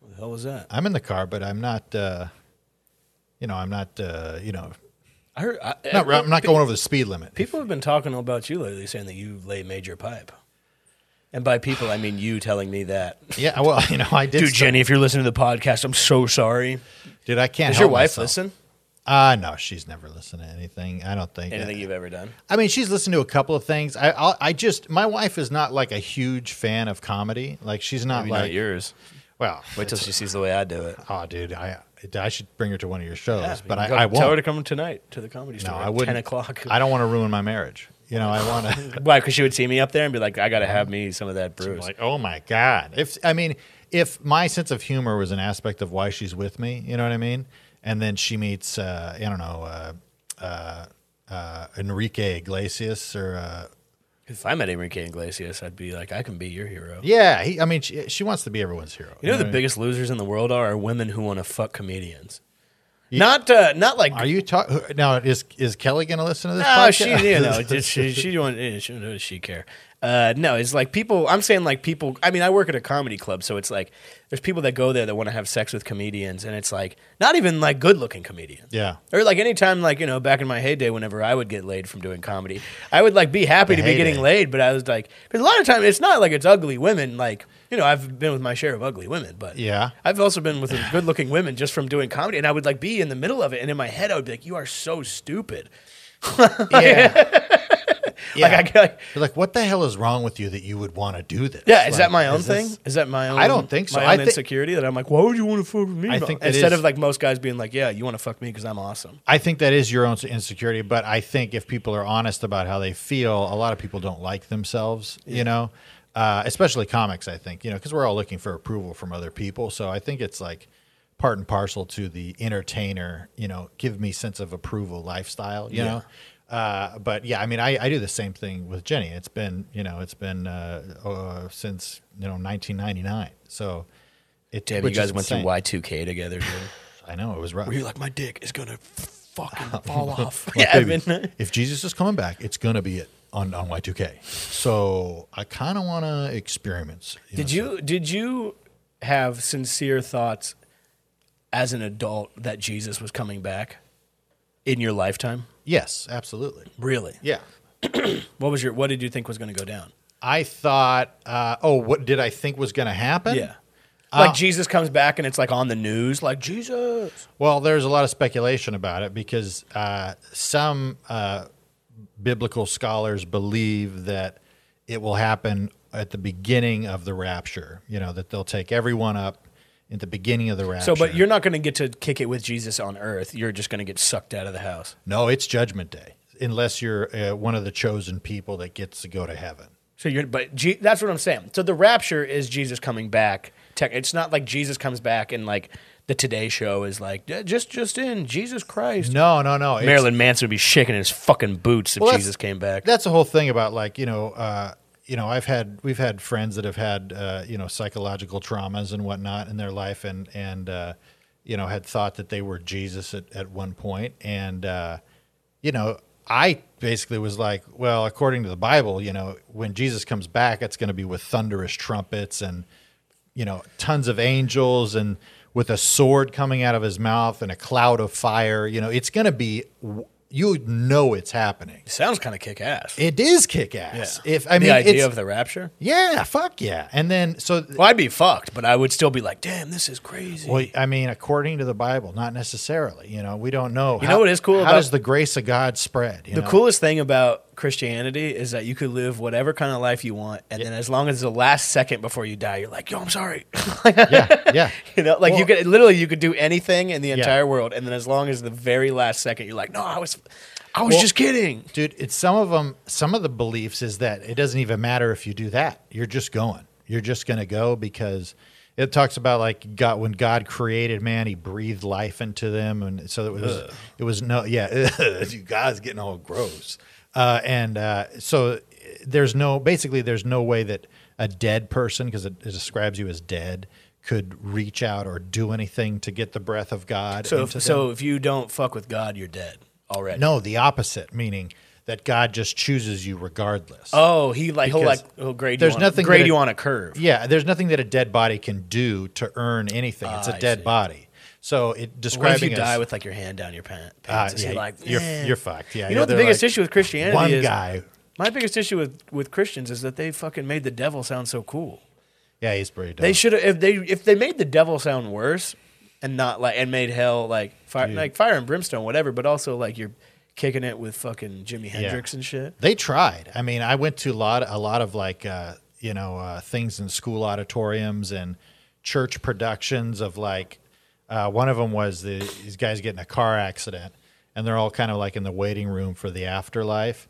Speaker 2: What the hell was that?
Speaker 1: I'm in the car, but I'm not. Uh, you know, I'm not. Uh, you know,
Speaker 2: I heard I,
Speaker 1: not, I'm not going over the speed limit.
Speaker 2: Uh, People have been talking about you lately, saying that you lay major pipe. And by people, I mean you telling me that.
Speaker 1: Yeah, well, [LAUGHS] you know, I did.
Speaker 2: Dude,
Speaker 1: start-
Speaker 2: Jenny, if you're listening to the podcast, I'm so sorry.
Speaker 1: dude, I can't.
Speaker 2: Does your
Speaker 1: help
Speaker 2: wife
Speaker 1: myself.
Speaker 2: listen?
Speaker 1: Uh no, she's never listened to anything. I don't think.
Speaker 2: Anything you've ever done?
Speaker 1: I mean, she's listened to a couple of things. I, I, I just, my wife is not like a huge fan of comedy. Like, she's not like,
Speaker 2: yours.
Speaker 1: well,
Speaker 2: Wait till she sees the way I do it.
Speaker 1: Oh, dude, I I should bring her to one of your shows,
Speaker 2: Yeah,
Speaker 1: but
Speaker 2: you
Speaker 1: I,
Speaker 2: can
Speaker 1: I
Speaker 2: Tell her to
Speaker 1: won't.
Speaker 2: come tonight to the comedy store.
Speaker 1: No,
Speaker 2: at
Speaker 1: I wouldn't.
Speaker 2: Ten o'clock.
Speaker 1: I don't want to ruin my marriage. You know, I want to.
Speaker 2: [LAUGHS] Why? Because she would see me up there and be like, "I got to have me some of that brews."
Speaker 1: like, oh my god! If I mean, if my sense of humor was an aspect of why she's with me, you know what I mean? And then she meets, uh, I don't know, uh, uh, uh, Enrique Iglesias or. Uh,
Speaker 2: If I met Enrique Iglesias, I'd be like, "I can be your hero."
Speaker 1: yeah, he, I mean, she, she wants to be everyone's hero.
Speaker 2: You know, who
Speaker 1: what
Speaker 2: the
Speaker 1: I
Speaker 2: biggest losers in the world are, are women who want to fuck comedians. Not, uh, not like
Speaker 1: mean? Are you talking now? Is is Kelly going to listen
Speaker 2: [LAUGHS]
Speaker 1: to this?
Speaker 2: No,
Speaker 1: podcast?
Speaker 2: Oh, she
Speaker 1: [LAUGHS]
Speaker 2: you know just- she she don't eh, she does she care. Uh, no, it's like people. I'm saying like people. I mean, I work at a comedy club, so it's like there's people that go there that want to have sex with comedians, and it's like not even like good looking comedians. [LAUGHS]
Speaker 1: Yeah.
Speaker 2: Or like anytime like you know back in my heyday, whenever I would get laid from doing comedy, I would like be happy to be
Speaker 1: heyday.
Speaker 2: getting laid, but I was like because a lot of time it's not like it's ugly women like. You know, I've been with my share of ugly women, but
Speaker 1: Yeah.
Speaker 2: I've also been with good-looking women just from doing comedy, and I would like be in the middle of it, and in my head, I would be like, "You are so stupid."
Speaker 1: yeah. yeah.
Speaker 2: [LAUGHS] Like, I, get, like
Speaker 1: You're like, what the hell is wrong with you that you would want to do this?
Speaker 2: Yeah, is
Speaker 1: Like,
Speaker 2: that my own
Speaker 1: is
Speaker 2: thing?
Speaker 1: this-
Speaker 2: is that my own?
Speaker 1: I don't think so.
Speaker 2: My
Speaker 1: I
Speaker 2: own
Speaker 1: thi-
Speaker 2: insecurity that I'm like, why would you want to fuck me?
Speaker 1: I think that
Speaker 2: instead
Speaker 1: is-
Speaker 2: of like most guys being like, yeah, you want to fuck me because I'm awesome.
Speaker 1: I think that is your own insecurity, but I think if people are honest about how they feel, a lot of people don't like themselves, you know, uh, especially comics, I think, you know, because we're all looking for approval from other people. So I think it's like part and parcel to the entertainer, you know, give me sense of approval lifestyle, you know. Uh, but yeah, I mean, I, I do the same thing with Jenny. It's been, you know, it's been uh, uh, since, you know, 1999. So it which is insane.
Speaker 2: Y2K together. [LAUGHS] Dude.
Speaker 1: I know it was rough.
Speaker 2: Were you like, my dick is gonna
Speaker 1: [LAUGHS]
Speaker 2: fucking fall off?
Speaker 1: Like,
Speaker 2: yeah, I
Speaker 1: baby,
Speaker 2: mean,
Speaker 1: if Jesus is coming back, it's gonna be it on, on Y2K. So I kind of want to experiment.
Speaker 2: [LAUGHS]
Speaker 1: know,
Speaker 2: did
Speaker 1: so-
Speaker 2: you did you have sincere thoughts as an adult that Jesus was coming back in your lifetime?
Speaker 1: yes, absolutely.
Speaker 2: Really?
Speaker 1: Yeah,
Speaker 2: What was your? What did you think was gonna go down?
Speaker 1: I thought. Uh, oh, what did I think was gonna happen?
Speaker 2: Yeah. Like
Speaker 1: uh,
Speaker 2: Jesus comes back and it's like on the news, like Jesus.
Speaker 1: Well, there's a lot of speculation about it because uh, some uh, biblical scholars believe that it will happen at the beginning of the rapture. You know that they'll take everyone up at the beginning of the rapture.
Speaker 2: So, but you're not going to get to kick it with Jesus on earth. You're just going to get sucked out of the house.
Speaker 1: no, it's Judgment Day, unless you're uh, one of the chosen people that gets to go to heaven.
Speaker 2: So you're, but Je- that's what I'm saying. So the rapture is Jesus coming back. Tech, it's not like Jesus comes back and like the Today Show is like "Yeah, just just in Jesus Christ.
Speaker 1: No, no, no. it's-
Speaker 2: Marilyn Manson would be shaking his fucking boots if
Speaker 1: Well, that's-
Speaker 2: Jesus came back.
Speaker 1: That's the whole thing about like you know, uh, you know, I've had we've had friends that have had uh, you know psychological traumas and whatnot in their life, and and uh, you know had thought that they were Jesus at, at one point, and uh, you know, I basically was like, well, according to the Bible, you know, when Jesus comes back, it's going to be with thunderous trumpets and you know tons of angels and with a sword coming out of his mouth and a cloud of fire. You know, it's going to be. You know it's happening.
Speaker 2: Sounds kind of kick ass.
Speaker 1: It is kick ass. If I mean,
Speaker 2: the idea
Speaker 1: it's,
Speaker 2: of the rapture.
Speaker 1: yeah, fuck yeah. And then so,
Speaker 2: Well, I'd be fucked, but I would still be like, damn, this is crazy.
Speaker 1: well, I mean, according to the Bible, not necessarily. You know, we don't know. You
Speaker 2: know what is cool
Speaker 1: How
Speaker 2: about-
Speaker 1: does the grace of God spread? You
Speaker 2: the
Speaker 1: know?
Speaker 2: coolest thing about Christianity is that you could live whatever kind of life you want, and then as long as the last second before you die, you're like, yo, I'm sorry. [LAUGHS]
Speaker 1: yeah, yeah.
Speaker 2: You know, like you
Speaker 1: Well-
Speaker 2: could literally you could do anything in the entire world, and then as long as the very last second you're like, no, I was, I was
Speaker 1: Well-
Speaker 2: just kidding.
Speaker 1: dude. It's some of them. Some of the beliefs is that it doesn't even matter if you do that. You're just going. You're just gonna go because it talks about like God when God created man, He breathed life into them, and so it was it was no yeah. [LAUGHS] you guys getting all gross. Uh, and uh, so there's no basically there's no way that a dead person because it, it describes you as dead could reach out or do anything to get the breath of God.
Speaker 2: So,
Speaker 1: into
Speaker 2: if,
Speaker 1: them.
Speaker 2: so if you don't fuck with God, you're dead already.
Speaker 1: No, the opposite, meaning that God just chooses you regardless.
Speaker 2: Oh, he like he'll like
Speaker 1: Because
Speaker 2: he'll grade.
Speaker 1: there's
Speaker 2: you on,
Speaker 1: nothing
Speaker 2: grade
Speaker 1: that-
Speaker 2: you on a curve.
Speaker 1: Yeah, there's nothing that a dead body can do to earn anything. It's
Speaker 2: Ah,
Speaker 1: a
Speaker 2: I
Speaker 1: dead
Speaker 2: see.
Speaker 1: body. So it
Speaker 2: What if
Speaker 1: describing
Speaker 2: you
Speaker 1: us-
Speaker 2: die with like your hand down your pant-
Speaker 1: Ah,
Speaker 2: pants?
Speaker 1: yeah,
Speaker 2: you're like,
Speaker 1: you're,
Speaker 2: "Man."
Speaker 1: you're fucked. Yeah,
Speaker 2: You know what the
Speaker 1: they're
Speaker 2: biggest
Speaker 1: like,
Speaker 2: issue with Christianity
Speaker 1: One
Speaker 2: is?
Speaker 1: guy.
Speaker 2: My biggest issue with, with Christians is that they fucking made the devil sound so cool.
Speaker 1: Yeah, he's pretty dumb.
Speaker 2: They should have if they if they made the devil sound worse and not like and made hell like fire like fire and brimstone whatever, but also like you're kicking it with fucking Jimi Hendrix and shit.
Speaker 1: They tried. I mean, I went to a lot, a lot of like, uh, you know, uh, things in school auditoriums and church productions of like, uh, one of them was the, these guys get in a car accident and they're all kind of like in the waiting room for the afterlife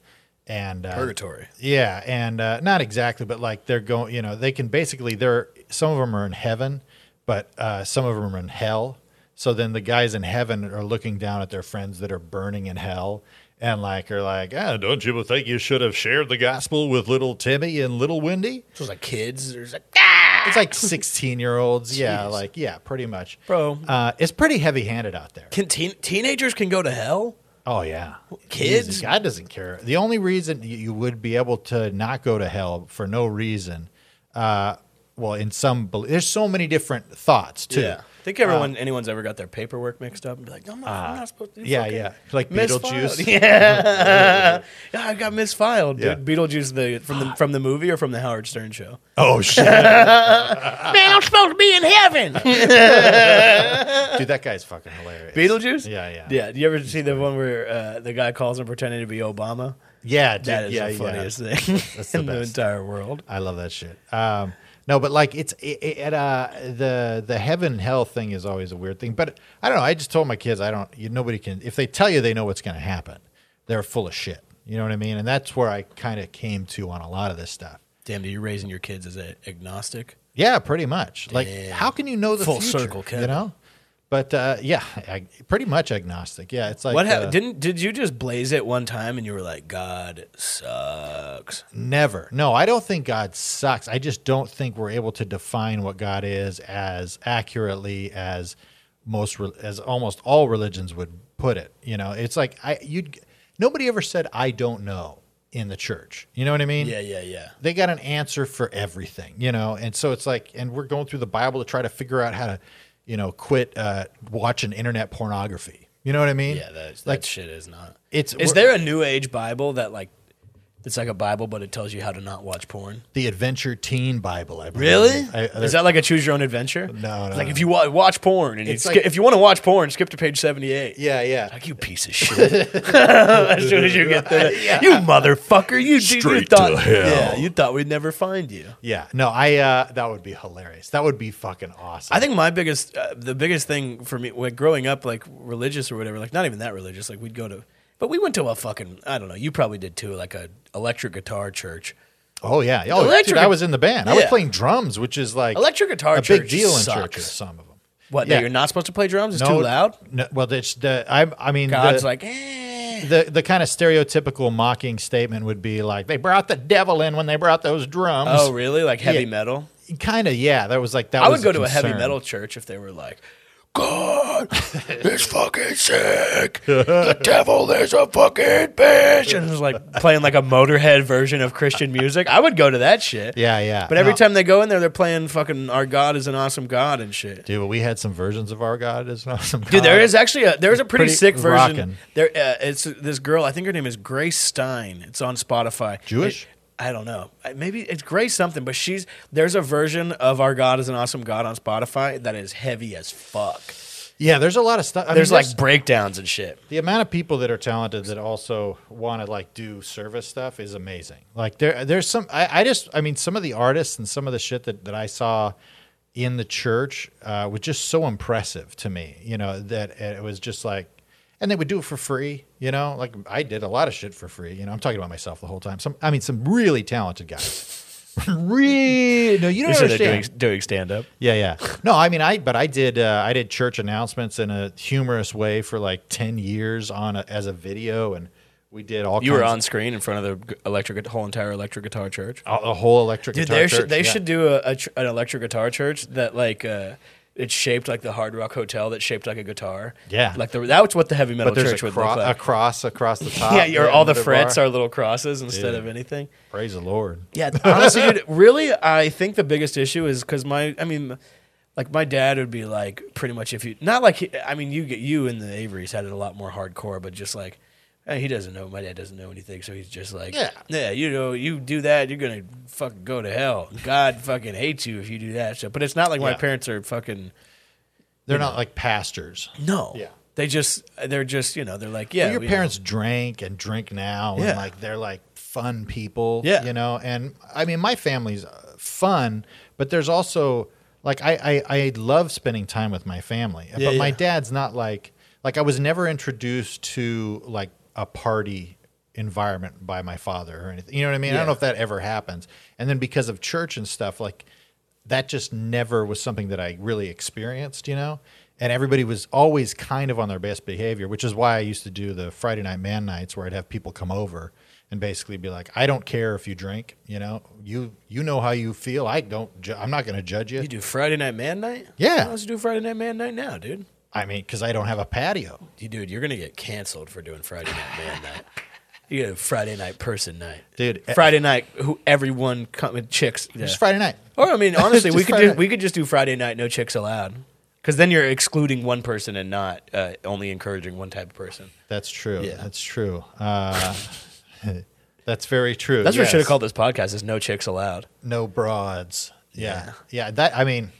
Speaker 1: and uh,
Speaker 2: Purgatory.
Speaker 1: Yeah, and uh, not exactly, but like they're going. You know, they can basically. They're some of them are in heaven, but uh, some of them are in hell. So then the guys in heaven are looking down at their friends that are burning in hell, and like are like, ah, don't you think you should have shared the gospel with little Timmy and little Wendy?
Speaker 2: It was like kids. There's like
Speaker 1: It's like sixteen year olds. Yeah, like yeah, pretty much,
Speaker 2: Bro.
Speaker 1: Uh, it's pretty heavy handed out there.
Speaker 2: can teen, teenagers can go to hell.
Speaker 1: Oh yeah,
Speaker 2: Kids?
Speaker 1: Easy. God doesn't care. The only reason you- you would be able to not go to hell for no reason, uh, well, in some bel- there's so many different thoughts too.
Speaker 2: Yeah. Uh, I think everyone anyone's ever got their paperwork mixed up and be like, I'm not, I'm not supposed to.
Speaker 1: yeah,
Speaker 2: fucking
Speaker 1: yeah. Like
Speaker 2: misfiled."
Speaker 1: Beetlejuice.
Speaker 2: [LAUGHS] Yeah. yeah, I got misfiled, dude.
Speaker 1: Yeah.
Speaker 2: Beetlejuice the from the from the movie or from the Howard Stern show.
Speaker 1: [LAUGHS] Oh shit,
Speaker 2: Man, I'm supposed to be in [LAUGHS] heaven.
Speaker 1: dude, that guy's fucking hilarious.
Speaker 2: Beetlejuice?
Speaker 1: Yeah, yeah.
Speaker 2: Yeah. Do you ever see the one where uh, the guy calls him pretending to be Obama?
Speaker 1: Yeah, dude,
Speaker 2: That is
Speaker 1: yeah,
Speaker 2: the
Speaker 1: yeah.
Speaker 2: funniest thing
Speaker 1: the
Speaker 2: [LAUGHS] in the
Speaker 1: best.
Speaker 2: entire world.
Speaker 1: I love that shit. Um, no, but like it's it, it, uh, the the heaven hell thing is always a weird thing. But I don't know. I just told my kids I don't. You, nobody can. If they tell you they know what's going to happen, they're full of shit. You know what I mean? And that's where I kind of came to on a lot of this stuff.
Speaker 2: Damn, you're raising your kids as a agnostic.
Speaker 1: Yeah, pretty much. Like, how can you know the
Speaker 2: Full
Speaker 1: future,
Speaker 2: circle, Kevin.
Speaker 1: You know. But uh, yeah, I, pretty much agnostic. Yeah, it's like
Speaker 2: What hap
Speaker 1: uh,
Speaker 2: didn't did you just blaze it one time and you were like, God sucks.
Speaker 1: Hmm. Never. No, I don't think God sucks. I just don't think we're able to define what God is as accurately as most re- as almost all religions would put it. You know, it's like I you'd nobody ever said I don't know in the church. You know what I mean?
Speaker 2: Yeah, yeah, yeah.
Speaker 1: They got an answer for everything, you know. And so it's like and we're going through the Bible to try to figure out how to, you know, quit uh watching internet pornography. You know what I mean?
Speaker 2: Yeah, that, that
Speaker 1: Hmm. like
Speaker 2: shit is not.
Speaker 1: it's-
Speaker 2: is there a new age Bible that like It's like a Bible, but it tells you how to not watch porn.
Speaker 1: The Adventure Teen Bible. I believe. I- I-
Speaker 2: Is that like a choose your own adventure?
Speaker 1: No, no,
Speaker 2: Like
Speaker 1: no.
Speaker 2: if you wa- watch porn and you
Speaker 1: It's
Speaker 2: skip,
Speaker 1: like-
Speaker 2: if you want to watch porn, skip to page seventy-eight.
Speaker 1: yeah, yeah.
Speaker 2: Like you piece of shit. [LAUGHS] as soon as you get there, you motherfucker, you you
Speaker 4: Straight
Speaker 2: thought,
Speaker 4: to hell.
Speaker 2: yeah, you thought we'd never find you.
Speaker 1: Yeah. No, I uh that would be hilarious. That would be fucking awesome.
Speaker 2: I think my biggest, uh, the biggest thing for me, like growing up, like religious or whatever, like not even that religious, like we'd go to, but we went to a fucking, I don't know, you probably did too, like a electric guitar church.
Speaker 1: Oh yeah. Oh,
Speaker 2: Electric-
Speaker 1: dude, I was in the band. I was
Speaker 2: Yeah.
Speaker 1: playing drums, which is like
Speaker 2: Electric guitar
Speaker 1: a
Speaker 2: church
Speaker 1: big deal in
Speaker 2: sucks.
Speaker 1: churches. Some of them.
Speaker 2: What?
Speaker 1: Yeah.
Speaker 2: That you're not supposed to play drums? It's too loud.
Speaker 1: No, well, it's the I. I mean,
Speaker 2: God's
Speaker 1: the,
Speaker 2: like, eh.
Speaker 1: the the kind of stereotypical mocking statement would be like they brought the devil in when they brought those drums.
Speaker 2: oh really? Like heavy
Speaker 1: Yeah.
Speaker 2: metal?
Speaker 1: kind of. Yeah, that was like that.
Speaker 2: I
Speaker 1: was
Speaker 2: would go to a heavy
Speaker 1: concern.
Speaker 2: metal church if they were like, God is fucking sick. The devil is a fucking bitch. And it was like playing like a Motorhead version of Christian music. I would go to that shit.
Speaker 1: Yeah, yeah.
Speaker 2: But every
Speaker 1: No.
Speaker 2: time they go in there, they're playing fucking Our God is an Awesome God and shit.
Speaker 1: Dude, but we had some versions of our God is an awesome.
Speaker 2: Dude,
Speaker 1: God.
Speaker 2: there is actually a there's a pretty,
Speaker 1: Pretty
Speaker 2: sick version.
Speaker 1: rockin'.
Speaker 2: There, uh, it's this girl. I think her name is Grace Stein. It's on Spotify.
Speaker 1: Jewish?
Speaker 2: It- I don't know. I- Maybe it's Grace something, but she's there's a version of Our God is an Awesome God on Spotify that is heavy as fuck.
Speaker 1: Yeah, there's a lot of stuff. I mean,
Speaker 2: There's like breakdowns and shit.
Speaker 1: the amount of people that are talented that also want to like do service stuff is amazing. Like there, there's some. I, I just, I mean, some of the artists and some of the shit that that I saw in the church uh, was just so impressive to me. You know that it was just like, and they would do it for free. You know, like I did a lot of shit for free. You know, I'm talking about myself the whole time. Some, I mean, some really talented guys. [LAUGHS] really, no, you don't
Speaker 2: Instead of
Speaker 1: understand.
Speaker 2: doing doing stand up.
Speaker 1: Yeah, yeah. No, I mean, I but I did uh, I did church announcements in a humorous way for like ten years on a, as a video, and we did all.
Speaker 2: You were on
Speaker 1: kinds
Speaker 2: screen in front of the g- electric whole entire electric guitar church.
Speaker 1: of, a whole electric
Speaker 2: Dude,
Speaker 1: guitar.
Speaker 2: there should,
Speaker 1: church,
Speaker 2: they
Speaker 1: yeah.
Speaker 2: should do a, a ch- an electric guitar church that like uh, it's shaped like the Hard Rock Hotel that's shaped like a guitar.
Speaker 1: Yeah.
Speaker 2: like the, that's what the heavy metal
Speaker 1: But there's
Speaker 2: church
Speaker 1: a,
Speaker 2: would
Speaker 1: cro-
Speaker 2: look like.
Speaker 1: a cross across the top.
Speaker 2: [LAUGHS] yeah, your, all the frets
Speaker 1: bar.
Speaker 2: are little crosses instead
Speaker 1: Yeah.
Speaker 2: of anything.
Speaker 1: Praise the Lord. [LAUGHS]
Speaker 2: Yeah, honestly, dude, really, I think the biggest issue is because my, I mean, like my dad would be like, pretty much if you, not like, he- I mean, you get you and the Averys had it a lot more hardcore, but just like, eh, he doesn't know, my dad doesn't know anything, so he's just like,
Speaker 1: Yeah.
Speaker 2: yeah, you know, you do that, you're gonna fucking go to hell. God fucking hates you if you do that. So, but it's not like my
Speaker 1: Yeah.
Speaker 2: parents are fucking
Speaker 1: They're not like pastors.
Speaker 2: no,
Speaker 1: Yeah.
Speaker 2: they just, they're just, you know, they're like, yeah,
Speaker 1: your
Speaker 2: we-
Speaker 1: parents drank and drink now,
Speaker 2: Yeah.
Speaker 1: and like they're like fun people.
Speaker 2: Yeah.
Speaker 1: you know. And I mean, my family's uh, fun, but there's also like I I, I love spending time with my family.
Speaker 2: Yeah,
Speaker 1: but my
Speaker 2: yeah.
Speaker 1: dad's not like like I was never introduced to like a party environment by my father or anything. You know what I mean? I
Speaker 2: Yeah.
Speaker 1: don't know if that ever happens. And then because of church and stuff, like that just never was something that I really experienced, you know? And everybody was always kind of on their best behavior, which is why I used to do the Friday night man nights where I'd have people come over and basically be like, "I don't care if you drink, you know. You you know how you feel. I don't ju- I'm not going to judge you."
Speaker 2: You do Friday night man night?
Speaker 1: Yeah.
Speaker 2: Let's do Friday night man night now, dude.
Speaker 1: I mean, cuz I don't have a patio.
Speaker 2: You- Dude, you're gonna get canceled for doing Friday night man night. [LAUGHS] You get a Friday night person night,
Speaker 1: Dude, eh-
Speaker 2: Friday night, who everyone come with chicks. Yeah.
Speaker 1: It's Friday night.
Speaker 2: Or I
Speaker 1: [LAUGHS]
Speaker 2: mean, honestly, we
Speaker 1: Just
Speaker 2: could
Speaker 1: Friday
Speaker 2: do,
Speaker 1: night.
Speaker 2: we could just do Friday night, no chicks allowed, because then you're excluding one person and not uh, only encouraging one type of person.
Speaker 1: That's true.
Speaker 2: Yeah.
Speaker 1: That's true. Uh, [LAUGHS] that's very true.
Speaker 2: That's what we should have
Speaker 1: Yes.
Speaker 2: called this podcast: is no chicks allowed.
Speaker 1: no broads. Yeah. yeah, That I mean,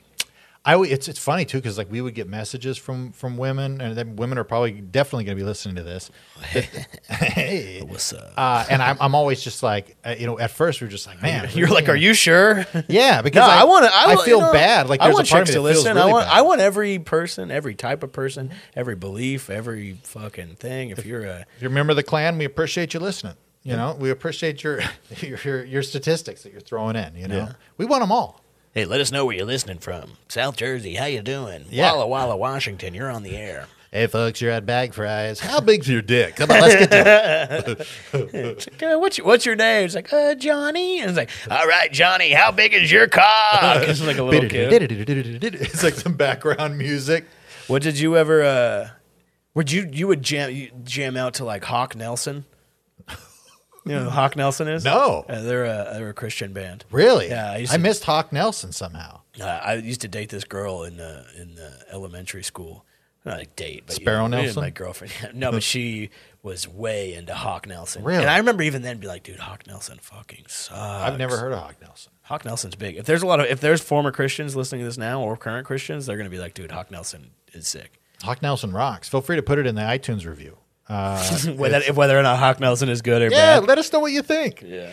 Speaker 1: I w- it's it's funny too because like we would get messages from from women, and then women are probably definitely going to be listening to this. [LAUGHS] hey,
Speaker 2: What's up?
Speaker 1: uh, and I'm I'm always just like uh, you know at first we were just like man
Speaker 2: [LAUGHS] [LAUGHS] You're like, are you sure? [LAUGHS]
Speaker 1: yeah because
Speaker 2: no, I,
Speaker 1: I
Speaker 2: want to.
Speaker 1: I,
Speaker 2: I,
Speaker 1: feel
Speaker 2: you know,
Speaker 1: bad like
Speaker 2: I
Speaker 1: there's
Speaker 2: want
Speaker 1: a part of
Speaker 2: chicks
Speaker 1: me
Speaker 2: to
Speaker 1: that feels
Speaker 2: listen.
Speaker 1: really
Speaker 2: I want.
Speaker 1: bad.
Speaker 2: I want every person, every type of person, every belief, every fucking thing. If you're a
Speaker 1: If you're a member of the clan, we appreciate you listening. You know, we appreciate your [LAUGHS] your your, your statistics that you're throwing in. You know,
Speaker 2: Yeah.
Speaker 1: we want them all.
Speaker 2: Hey, let us know where you're listening from. South Jersey, how you doing?
Speaker 1: Yeah.
Speaker 2: Walla Walla, Washington, you're on the air.
Speaker 1: Hey folks, you're at Bag Fries. How big's your dick? [LAUGHS] Come on, let's get to it.
Speaker 2: It's like, uh, what's, your, what's your name? It's like, uh, Johnny. And it's like, all right, Johnny, how big is your cock? [LAUGHS] It's like a little kid.
Speaker 1: [LAUGHS] It's like some background music.
Speaker 2: What did you ever, uh, would you, you would jam, you jam out to like Hawk Nelson? You know who Hawk Nelson is?
Speaker 1: No.
Speaker 2: Uh, they're, a, they're a Christian band.
Speaker 1: Really?
Speaker 2: Yeah. I, used
Speaker 1: I
Speaker 2: to,
Speaker 1: missed Hawk Nelson somehow.
Speaker 2: uh, I used to date this girl in, uh, in uh, elementary school. Not a date, but you
Speaker 1: Sparrow
Speaker 2: know,
Speaker 1: Nelson?
Speaker 2: My girlfriend. [LAUGHS] no, but she was way into Hawk Nelson.
Speaker 1: Really?
Speaker 2: And I remember even then be like, dude, Hawk Nelson fucking sucks.
Speaker 1: I've never heard of Hawk Nelson.
Speaker 2: Hawk Nelson's big. If there's a lot of if there's former Christians listening to this now or current Christians, they're gonna be like, dude, Hawk Nelson is sick.
Speaker 1: Hawk Nelson rocks. Feel free to put it in the iTunes review. Uh,
Speaker 2: [LAUGHS] whether, if, whether or not Hawk Nelson is good or
Speaker 1: yeah,
Speaker 2: bad.
Speaker 1: let us know what you think.
Speaker 2: Yeah.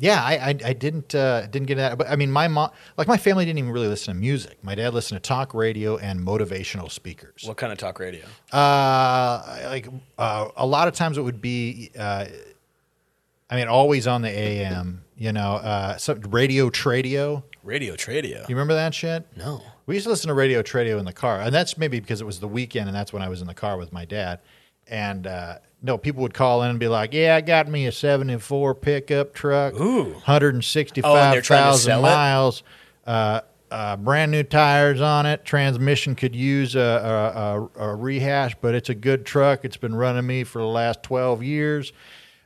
Speaker 1: Yeah, I I, I didn't uh, didn't get that, but I mean, my mom, like my family, didn't even really listen to music. My dad listened to talk radio and motivational speakers.
Speaker 2: What kind of talk radio?
Speaker 1: Uh, like uh, a lot of times it would be, uh, I mean, always on the AM. You know, uh, some radio tradio.
Speaker 2: Radio Tradio.
Speaker 1: You remember that shit?
Speaker 2: No.
Speaker 1: We used to listen to Radio Tradio in the car, and that's maybe because it was the weekend, and that's when I was in the car with my dad. And uh, no, people would call in and be like, "Yeah, I got me a '74 pickup truck,
Speaker 2: Ooh. Oh,
Speaker 1: 165,000
Speaker 2: sell it?
Speaker 1: miles, uh, uh, brand new tires on it. Transmission could use a, a, a, a rehash, but it's a good truck. It's been running me for the last 12 years.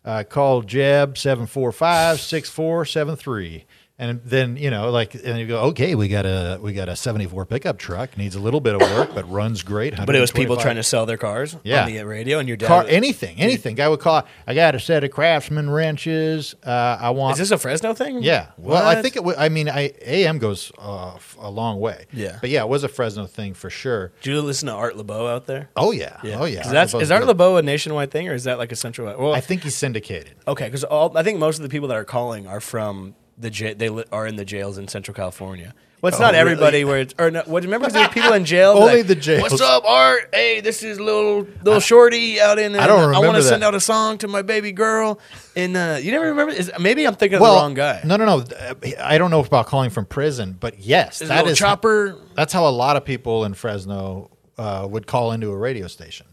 Speaker 1: Uh, call Jeb 745-6473. And then you know, like, and you go, okay, we got a we got a '74 pickup truck. Needs a little bit of work, but runs great.
Speaker 2: But it was people
Speaker 1: 125
Speaker 2: trying to sell their cars
Speaker 1: Yeah.
Speaker 2: on the radio and your dad.
Speaker 1: car anything, anything. Guy would call. I got a set of Craftsman wrenches. Uh, I want.
Speaker 2: is this a Fresno thing?
Speaker 1: yeah. Well, I
Speaker 2: What?
Speaker 1: think it. wa- I mean, I AM goes uh, f- a long way.
Speaker 2: Yeah.
Speaker 1: But yeah, it was a Fresno thing for sure.
Speaker 2: Do you listen to Art LeBeau out there?
Speaker 1: Oh yeah. Oh yeah.
Speaker 2: 'Cause That's,
Speaker 1: Artbo's
Speaker 2: is Art
Speaker 1: good.
Speaker 2: LeBeau a nationwide thing or is that like a central? Well,
Speaker 1: I think he's syndicated.
Speaker 2: okay, because all I think most of the people that are calling are from the j- they li- are in the jails in Central California. Well, it's not everybody where it's or no, what remember there's people
Speaker 1: [LAUGHS]
Speaker 2: in jail.
Speaker 1: Oh, Only
Speaker 2: like,
Speaker 1: the jails.
Speaker 2: What's up, Art? Hey, this is little little shorty out in.
Speaker 1: I don't
Speaker 2: uh, I want
Speaker 1: remember
Speaker 2: to send
Speaker 1: that.
Speaker 2: out a song to my baby girl. And uh, you never remember? Is, maybe I'm thinking
Speaker 1: Well,
Speaker 2: of the wrong guy.
Speaker 1: No, no, no. Uh, I don't know about calling from prison, but yes,
Speaker 2: There's a
Speaker 1: that
Speaker 2: little
Speaker 1: is [LAUGHS]
Speaker 2: chopper.
Speaker 1: That's how a lot of people in Fresno uh, would call into a radio station.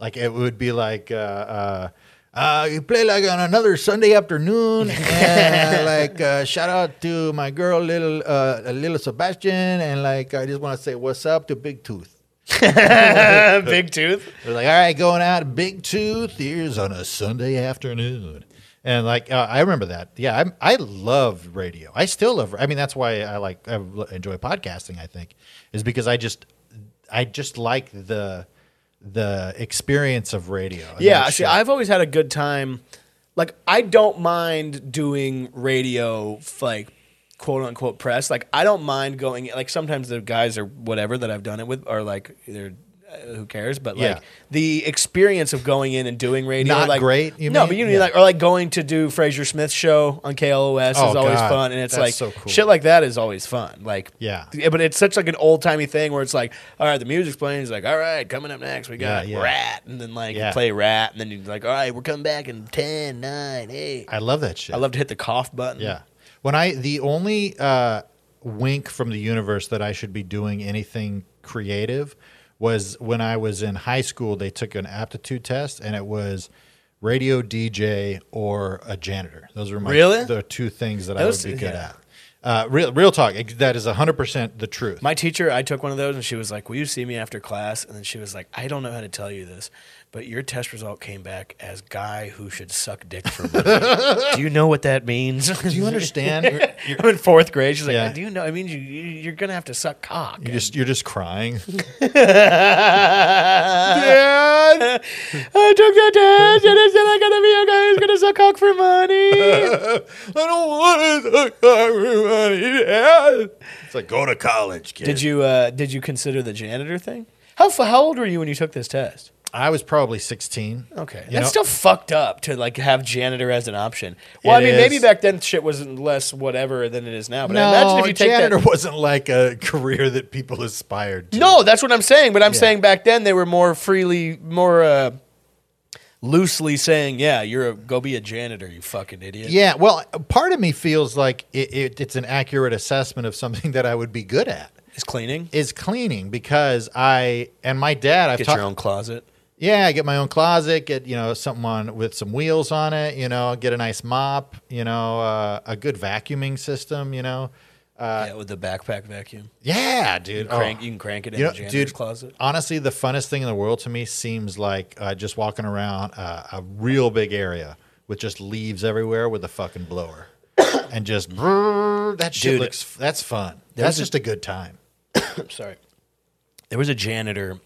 Speaker 1: Like it would be like, uh, uh, uh, you play like on another Sunday afternoon, and like uh, shout out to my girl, little uh, little Sebastian, and like I just want to say what's up to Big Tooth.
Speaker 2: Big tooth.
Speaker 1: They're like, all right, going out, Big Tooth here's on a Sunday afternoon. And like, uh, I remember that. Yeah, I'm, I love radio. I still love. I mean, that's why I like I l- enjoy podcasting. I think is because I just I just like the the experience of radio. and
Speaker 2: Yeah,
Speaker 1: that
Speaker 2: see,
Speaker 1: shit.
Speaker 2: I've always had a good time. Like, I don't mind doing radio, f- like, quote unquote press. Like, I don't mind going. Like, sometimes the guys or whatever that I've done it with are like, they're. uh, Who cares? But like
Speaker 1: Yeah.
Speaker 2: the experience of going in and doing radio,
Speaker 1: Not
Speaker 2: like,
Speaker 1: great, you
Speaker 2: no,
Speaker 1: mean?
Speaker 2: but you know,
Speaker 1: Yeah.
Speaker 2: like or like going to do Fraser Smith's show on KLOS
Speaker 1: Oh,
Speaker 2: is always
Speaker 1: God.
Speaker 2: fun, and it's
Speaker 1: That's
Speaker 2: like
Speaker 1: so cool.
Speaker 2: shit like that is always fun. Like
Speaker 1: Yeah.
Speaker 2: but it's such like an old timey thing where it's like, all right, the music's playing. It's like, all right, coming up next, we got
Speaker 1: Yeah, yeah.
Speaker 2: Rat, and then like
Speaker 1: Yeah.
Speaker 2: play Rat, and then you're like, all right, we're coming back in 10, 9, 8. I,
Speaker 1: I love that shit.
Speaker 2: love to hit the cough button.
Speaker 1: Yeah. When I the only uh, wink from the universe that I should be doing anything creative was when I was in high school. They took an aptitude test, and it was radio DJ or a janitor. Those were my
Speaker 2: Really?
Speaker 1: the two things that
Speaker 2: Those-
Speaker 1: I would be good
Speaker 2: yeah.
Speaker 1: at. Uh, real, real talk. That is hundred percent the truth.
Speaker 2: My teacher, I took one of those, and she was like, "Will you see me after class?" And then she was like, "I don't know how to tell you this, but your test result came back as guy who should suck dick for
Speaker 1: [LAUGHS]
Speaker 2: money. Do you know what that means?
Speaker 1: Do you understand? You're,
Speaker 2: [LAUGHS] I'm in fourth grade. She's like,
Speaker 1: Yeah.
Speaker 2: "Do you know? It means you, you you're gonna have to suck cock." [LAUGHS]
Speaker 1: you're just [LAUGHS] you're just crying.
Speaker 2: Dad, I took the test and it said I'm gonna be a guy who's gonna suck cock
Speaker 1: [LAUGHS]
Speaker 2: for money.
Speaker 1: I don't want to suck everybody. Dad. It's like go to college, kid.
Speaker 2: did you uh, did you consider the janitor thing? How f- how old were you when you took this test?
Speaker 1: I was probably sixteen.
Speaker 2: Okay,
Speaker 1: You
Speaker 2: that's
Speaker 1: know-
Speaker 2: still fucked up to like have janitor as an option. Well, I
Speaker 1: It
Speaker 2: mean, maybe
Speaker 1: is.
Speaker 2: back then shit wasn't less whatever than it is now. But
Speaker 1: no,
Speaker 2: I imagine if you take
Speaker 1: janitor [LAUGHS]
Speaker 2: that.
Speaker 1: wasn't like a career that people aspired to.
Speaker 2: [LAUGHS] No, that's what I'm saying. But I'm saying back then they were more freely, more uh, loosely saying, "Yeah, you're a go be a janitor, you fucking idiot."
Speaker 1: Yeah, well, part of me feels like it, it, it's an accurate assessment of something [LAUGHS] that I would be good at
Speaker 2: It's cleaning.
Speaker 1: is cleaning because I and my dad I've
Speaker 2: Get
Speaker 1: talked
Speaker 2: your own closet.
Speaker 1: yeah I get my own closet get you know something on with some wheels on it you know get a nice mop you know uh, a good vacuuming system you know uh,
Speaker 2: yeah, with the backpack vacuum.
Speaker 1: yeah dude Oh.
Speaker 2: Crank, You can crank it in
Speaker 1: You know,
Speaker 2: the janitor's
Speaker 1: dude,
Speaker 2: closet.
Speaker 1: honestly, the funnest thing in the world to me seems like uh, just walking around uh, a real big area with just leaves everywhere with a fucking blower [COUGHS] and just brrr, that shit
Speaker 2: Dude.
Speaker 1: looks that's fun. That's
Speaker 2: There's a- [COUGHS]
Speaker 1: just a good time.
Speaker 2: I'm sorry. There was a janitor